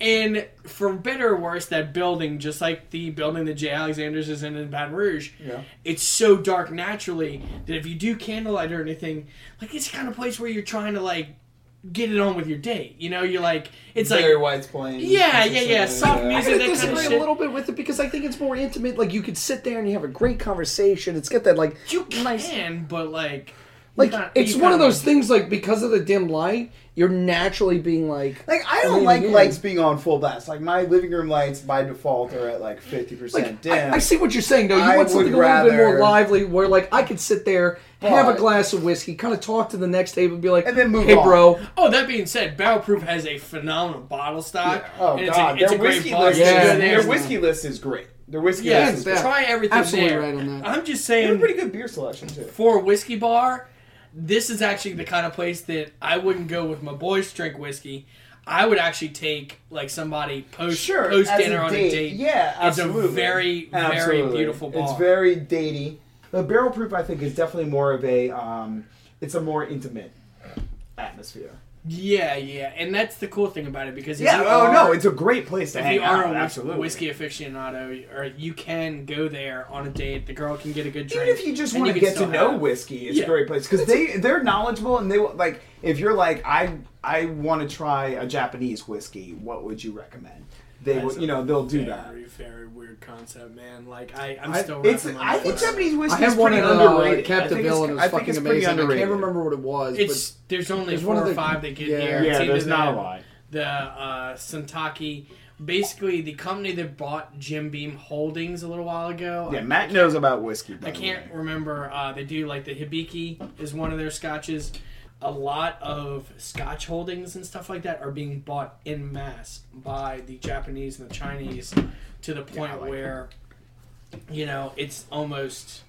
And for better or worse, that building, just like the building that Jay Alexander's is in in Baton Rouge, Yeah. it's so dark naturally that if you do candlelight or anything, like it's the kind of place where you're trying to like get it on with your date. You know, you're like it's like White's playing. Yeah, yeah, yeah, soft I music. kind of that kind of disagree shit. a little bit with it because I think it's more intimate. Like you could sit there and you have a great conversation. It's got that like You can, nice. but like Like Not- it's you one of kinda- those things. Like because of the dim light, you're naturally being like, Like I don't Leaning like in. lights being on full blast. Like my living room lights by default are at like fifty percent like dim. I, I see what you're saying. though. you I want something would a little bit more rather- lively, where like I could sit there, have a But- glass of whiskey, kind of talk to the next table, and be like, And then move Hey, on." bro, Oh, that being said, Barrelproof has a phenomenal bottle stock. oh and god, it's a, it's their a great whiskey bottle. list. Yeah. Is, It's Their there. whiskey list is great. Their whiskey Yeah, list is yeah. great. try everything Absolutely there. right on that. I'm just They have saying, pretty good beer selection too. for a whiskey bar, this is actually the kind of place that I wouldn't go with my boys to drink whiskey. I would actually take like somebody post Sure, post as dinner on a date. Yeah, It's a absolutely. very, very beautiful It's bar. very datey. The barrel proof, I think, is definitely more of a. Um, it's a more intimate atmosphere. yeah, yeah, and that's the cool thing about it because if Yeah. you Oh are- no, it's a great place to if hang you out. are a whis- absolutely. whiskey aficionado, or you can go there on a date. The girl can get a good drink. Even if you just and want to can get to still know have- whiskey, it's Yeah. a great place because they they're knowledgeable and they will- like if you're like I I want to try a Japanese whiskey, what would you recommend? They That's would, a you know, they'll do that. very, very weird concept, man. Like I, I'm I- still. It's wrapping my I think mind around it. Japanese I whiskey is have one pretty at uh, underrated. I Captain think it's- Bill, and it I was think fucking it's pretty amazing. I underrated. can't remember what it was. It's there's only There's four one of or the- five that get yeah. here. Yeah, It's either that- lot. The uh, Sentaki, basically the company that bought Jim Beam Holdings a little while ago. Yeah, Matt knows about whiskey. I, I can't remember. Uh, they do like the Hibiki is one of their scotches. A lot of Scotch holdings and stuff like that are being bought in mass by the Japanese and the Chinese to the point I like where, you know, it's almost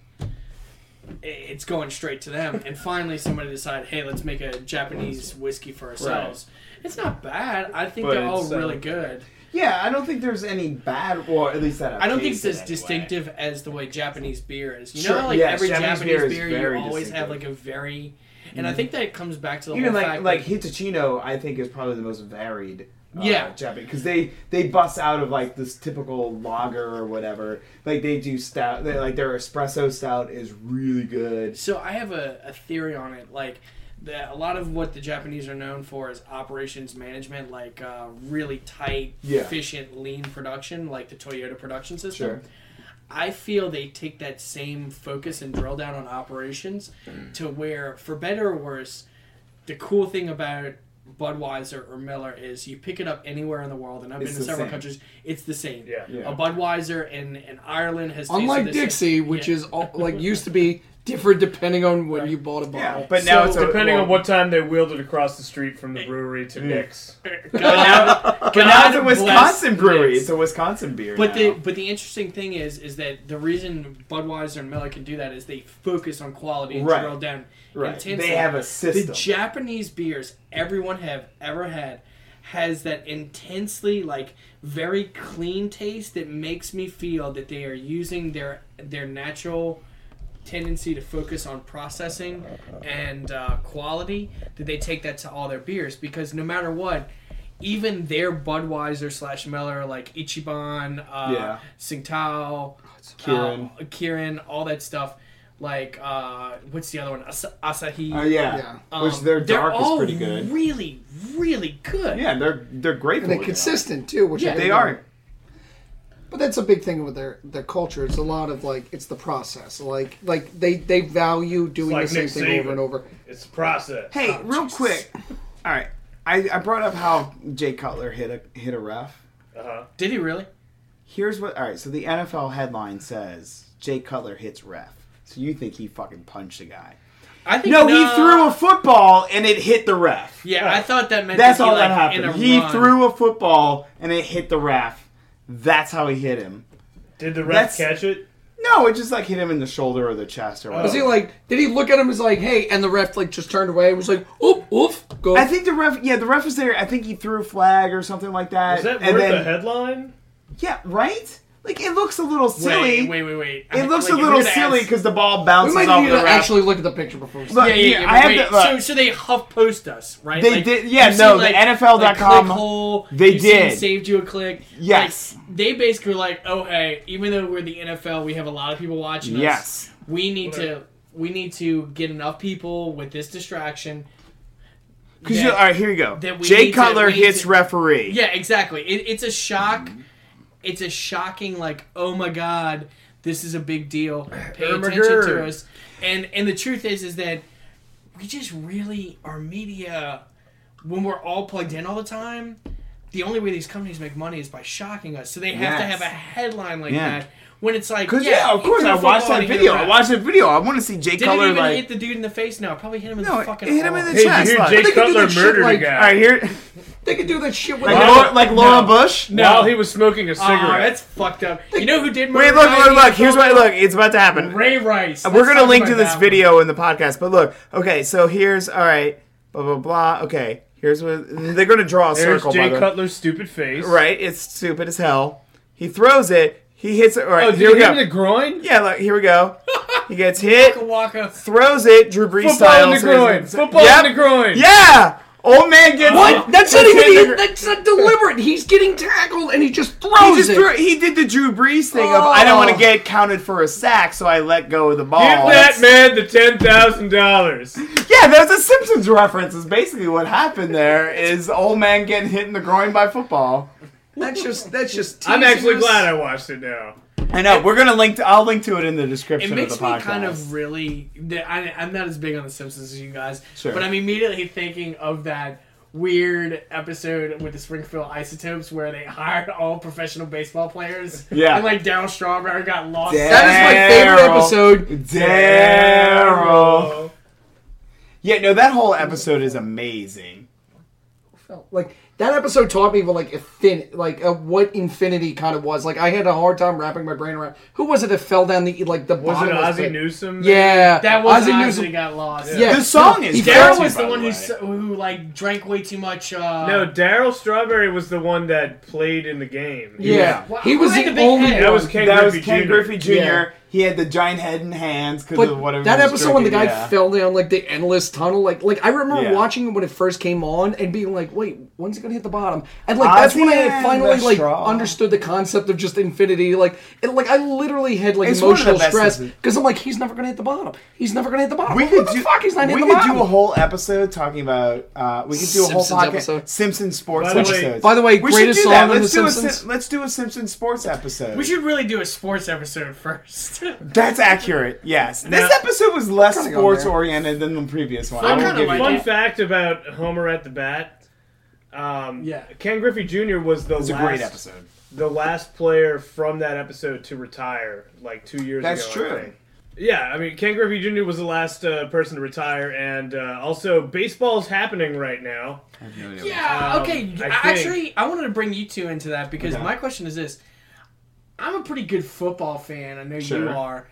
it's going straight to them. (laughs) And finally, somebody decided, hey, let's make a Japanese whiskey for ourselves. It's not bad. I think But they're all it's, uh, really good. Yeah, I don't think there's any bad, or at least that I've I don't think it's as tasted anyway. distinctive as the way Japanese beer is. You Sure, know, how, like yes, every Japanese Japanese, beer is beer, very you always have like distinctive. Mm-hmm. a very, and I think that comes back to the Even whole like fact like that- Hitachino, I think is probably the most varied. Uh, Yeah. Japanese because they they bust out of like this typical lager or whatever. Like they do stout. They, like their espresso stout is really good. So I have a, a theory on it. Like that, a lot of what the Japanese are known for is operations management, like uh, really tight, Yeah. efficient, lean production, like the Toyota production system. Sure. I feel they take that same focus and drill down on operations Mm. to where, for better or worse, the cool thing about Budweiser or Miller is you pick it up anywhere in the world, and I've It's been to the several same. countries, it's the same. Yeah. Yeah. A Budweiser in, in Ireland has tasted unlike the same. Dixie, which Yeah. is all, like used to be different depending on when Right. you bought a bottle. Yeah, but now So, it's a, Depending well, Mm. on what time they wheeled it across the street from the brewery to Nick's. (laughs) (laughs) God, But now it's a God bless Wisconsin brewery. Nick's. It's a Wisconsin beer. But the now. but the interesting thing is is that the reason Budweiser and Miller can do that is they focus on quality and Right. drill down right, intensely. they have a the system. Japanese beers everyone have ever had has that intensely like very clean taste that makes me feel that they are using their their natural tendency to focus on processing and uh, quality that they take that to all their beers because no matter what even their budweiser slash miller like ichiban uh, Yeah. singtao Kirin. uh, kirin all that stuff like uh, what's the other one Asa- asahi Oh yeah. Yeah. which their um, they're dark all is pretty good. Really, really good. yeah, they're they're great. And they're consistent too, which I Yeah, didn't They know. are. But that's a big thing with their their culture. It's a lot of like it's the process. Like like they they value doing like the same Nick thing Saban. over and over. It's a process. Hey, Oh, real quick. All right, I, I brought up how Jay Cutler hit a hit a ref. Uh-huh. Did he really? Here's what. All right, so the NFL headline says Jay Cutler hits ref. So you think he fucking punched a guy? I think No, he threw a football and it hit the ref. Yeah, I thought that meant That's that he, all like, that In a happened. He run. threw a football and it hit the ref. That's how he hit him. Did the That's- ref catch it? No, it just like hit him in the shoulder or the chest or Was whatever. Oh. he like? Did he look at him as like, hey? And the ref like just turned away. and was like, oop, oof, go. I think the ref, yeah, the ref was there. I think he threw a flag or something like that. Is that and worth then, the headline? Yeah, right. Like it looks a little silly. Wait, wait, wait, wait. I- It looks like, a if little we're gonna silly ask- because the ball we bounces might off need the to ref. actually look at the picture before. We Look, Yeah, yeah, yeah. I have wait, the- look. so, so they huff post us, right? They Like, did- yeah, you no, the see, like, NFL.com like, clickhole, they you seen did. saved you a click. Yes. Like, they basically were like, oh hey, even though we're the NFL, we have a lot of people watching us. Yes. We need to. We need to get enough people with this distraction. Because that- all right, here you go. that we Jay need to- Cutler we need hits to- referee. Yeah, exactly. It, it's a shock. Mm-hmm. It's a shocking, like, oh my god, (clears throat) this is a big deal. Pay Oh my attention God. to us. And and the truth is, is that we just really our media when we're all plugged in all the time. The only way these companies make money is by shocking us. So they have to Yes. have a headline like Yeah. that. When it's like, Because yeah, of he course threw I a watched football that and he video. hit I a- watched that video. I want to see Jay Didn't Cutler even like hit the dude in the face. No, probably hit him in no, the it fucking. hit him in arm. the Hey, chest. you hear like, Jay they could do Cutler that shit murdered like- a guy all right, here, They could do that shit with like, Wow. Laura, like Laura No. Bush. No. while he was smoking a cigarette. Ah, that's fucked up. You know who Wait, did? murder look, Riley look, look. and Here's Phil? what. Look, it's about to happen. Ray Rice. We're Let's gonna talk link about to this that one. video in the podcast. But look, okay, so here's all right, blah blah blah. Okay, here's what they're gonna draw a There's circle. by Jay the way. Cutler's stupid face. Right, it's stupid as hell. He throws it. He hits it. All right, Oh, here did we he hit him go. in the groin? yeah, look, here we go. He gets hit, Waka Waka. throws it. Drew Brees Football in the styles. groin. Football Yep. in the groin. Yeah, old man gets What? That's not even. hit. he- That's not deliberate. He's getting tackled and he just He throws just it. threw, he did the Drew Brees thing of I don't want to Oh. get counted for a sack, so I let go of the ball. Give that Oh, That's- man the ten thousand dollars. Yeah, that's a Simpsons reference. Is basically what happened there. Is old man getting hit in the groin by football? That's just. That's just. I'm actually teasing us. glad I watched it now. I know. We're gonna link. To, I'll link to it in the description It makes of the me podcast. kind of really. I, I'm not as big on The Simpsons as you guys, Sure. but I'm immediately thinking of that weird episode with the Springfield Isotopes where they (laughs) hired all professional baseball players. Yeah. And like Down Strawberry got lost. Damn. That is my favorite Daryl. episode. Daryl. Yeah, no, that whole episode is amazing. Like that episode taught me, well, like infin, like uh, what infinity kind of was. Like I had a hard time wrapping my brain around who was it that fell down the like the Was it bottomless Ozzie pit? Newsome? Yeah, That was Ozzie Ozzy Newsome- that got lost. Yeah, The song no, is he Daryl fell- Daryl was By the the one way. who s- who like drank way too much. Uh, No, Daryl Strawberry was the one that played in the game. Yeah, Why- he was why the the big only. head? That one. was Ken that Griffey was Ken Jr. Griffey Jr. Yeah. He had the giant head and hands because of whatever. But that he was episode when the guy drinking, yeah. fell down like the endless tunnel, like like I remember Yeah. watching it when it first came on and being like, wait, when's it gonna hit the bottom? And like that's when I Ozzy had and finally the like straw. understood the concept of just infinity. Like it, like I literally had like It's one of the emotional best stress seasons. because I'm like, he's never gonna hit the bottom. He's never gonna hit the bottom. We Like, could what do the fuck? He's not we hitting the could do a bottom. whole episode talking about uh, we could do a whole Simpsons podcast episode. Simpsons sports By the way- episodes. by the way, we greatest should do that. song on let's The do a Simpsons. Sim- let's do a Simpsons sports episode. we should really do a sports episode first. (laughs) That's accurate. Yes, this No. episode was less Kinda go sports there. oriented than the previous one. I I will kinda give you like that. Fun Yeah. fact about Homer at the bat. Um, Yeah. Ken Griffey Jr. was the It's a last, great episode. the last player from that episode to retire, like two years That's ago. I true. think. Yeah, I mean, Ken Griffey Jr. was the last uh, person to retire, and uh, also baseball's happening right now. Yeah. Um, okay. I I think- actually, I wanted to bring you two into that because Okay. my question is this: I'm a pretty good football fan. I know you Sure. are.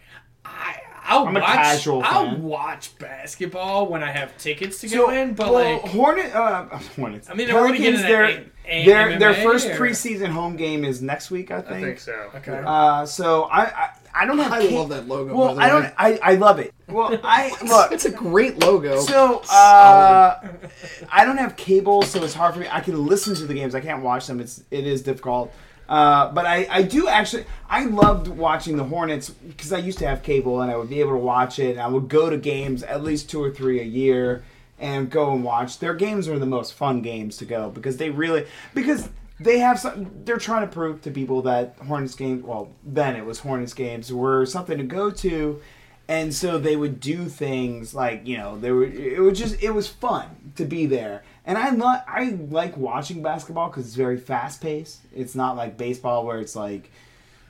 I I'll I'm a watch. casual I'll fan. watch basketball when I have tickets to So, go in, but well, like. Hornet, uh, (laughs) Hornets. I mean, they're already Pelicans, getting their an A- A- their their MMA first or- preseason home game is next week, I think. I think so. Okay. Uh, so I, I I don't have. I ca- love that logo, by Well, the I don't. way. I, I love it. Well, I look. It's a great logo. So uh, I don't have cable, so it's hard for me. I can listen to the games. I can't watch them. It's it is difficult. Uh, but I, I do actually I loved watching the Hornets because I used to have cable and I would be able to watch it. And I would go to games at least two or three a year and go and watch. Their games are the most fun games to go because they really because they have some they're trying to prove to people that Hornets games well then it was Hornets games were something to go to and so they would do things like you know they were it was just it was fun to be there and i lo- i like watching basketball because it's very fast paced it's not like baseball where it's like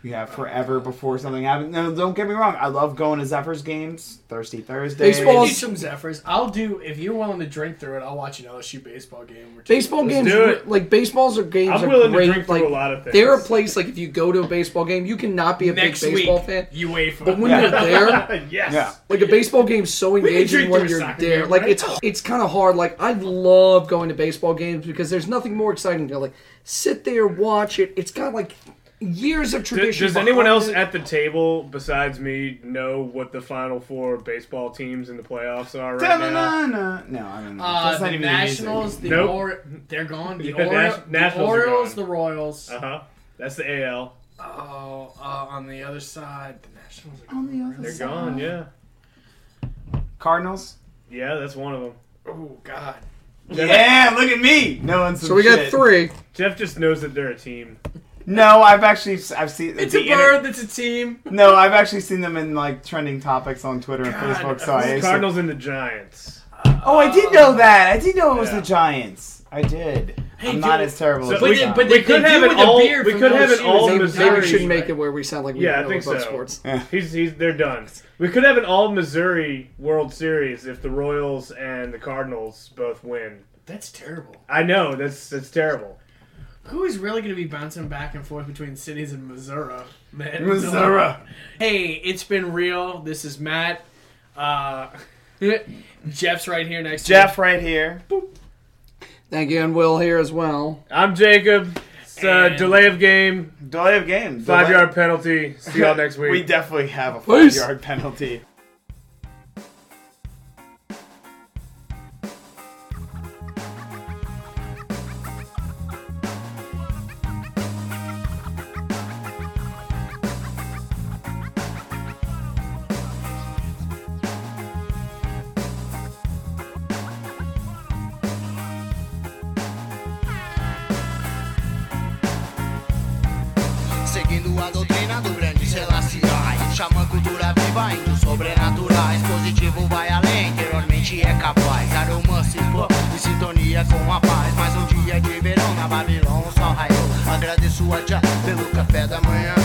you have forever before something happens no don't get me wrong i love going to zephyrs games thirsty thursday I'll Baseball- do some Zephyrs. I'll do if you're willing to drink through it. I'll watch an LSU baseball game. Or two. Baseball Let's games, do it. like baseballs are games. I'm are willing to great. drink through like, a lot of things. They're a place like if you go to a baseball game, you cannot be a Next big baseball week, fan. UEFA. But when Yeah. you're there, (laughs) yes. Yeah. Like a baseball game's so can engaging drink to when a you're soccer there. game, like right? it's it's kind of hard. Like I love going to baseball games because there's nothing more exciting to like sit there watch it. It's got like years of Does, tradition. does anyone behind else it. at the table besides me know what the final four baseball teams in the playoffs are right now? Da-na-na-na. no i don't know Uh, That's not the even music. Nationals, the Nope. Or- they're gone. The, Yeah, Ori- Nas- the Nationals are Orioles, gone. the Royals. Uh huh. That's the AL. Oh, uh, on the other side, the Nationals are On the other They're side. gone. Yeah. cardinals Yeah, that's one of them. Oh God. yeah look at me no one's So we got three. Jeff just knows that they're a team. no i've actually i've seen It's the a inter- bird. That's a team. No, I've actually seen them in like trending topics on Twitter and God, Facebook. So who's Oh, I Cardinals and the Giants. Oh, I did know that. I did know it was Yeah. the Giants. I did. I'm dude. not as terrible So- as But, you they- sound. but We they, could they have do it with the all- beer we from could those have it shoes. all They- Maybe, Missouri. maybe we shouldn't Missouri. make it where we sound like we Yeah, know I think so. about sports. He's he's they're done. We could have an all Missouri World Series if the Royals and the Cardinals both win. That's terrible. I know that's that's terrible. Who is really going to be bouncing back and forth between cities in Missouri? Man, (laughs) Missouri. Hey, it's been real. This is Matt. Uh, (laughs) Jeff's right here next Jeff right here. Thank you, and Will here as well. I'm Jacob. It's a And- delay of game, Delay of game. five Delay- yard penalty. See y'all next week. (laughs) we definitely have a five Peace. yard penalty. Seguindo a doutrina do grande Selassie Chama a um cultura viva, indo sobrenaturais Positivo vai além, interiormente é capaz Aroma se pôr em sintonia com a paz Mais um dia de verão na Babilônia só raiou Agradeço a Jah pelo café da manhã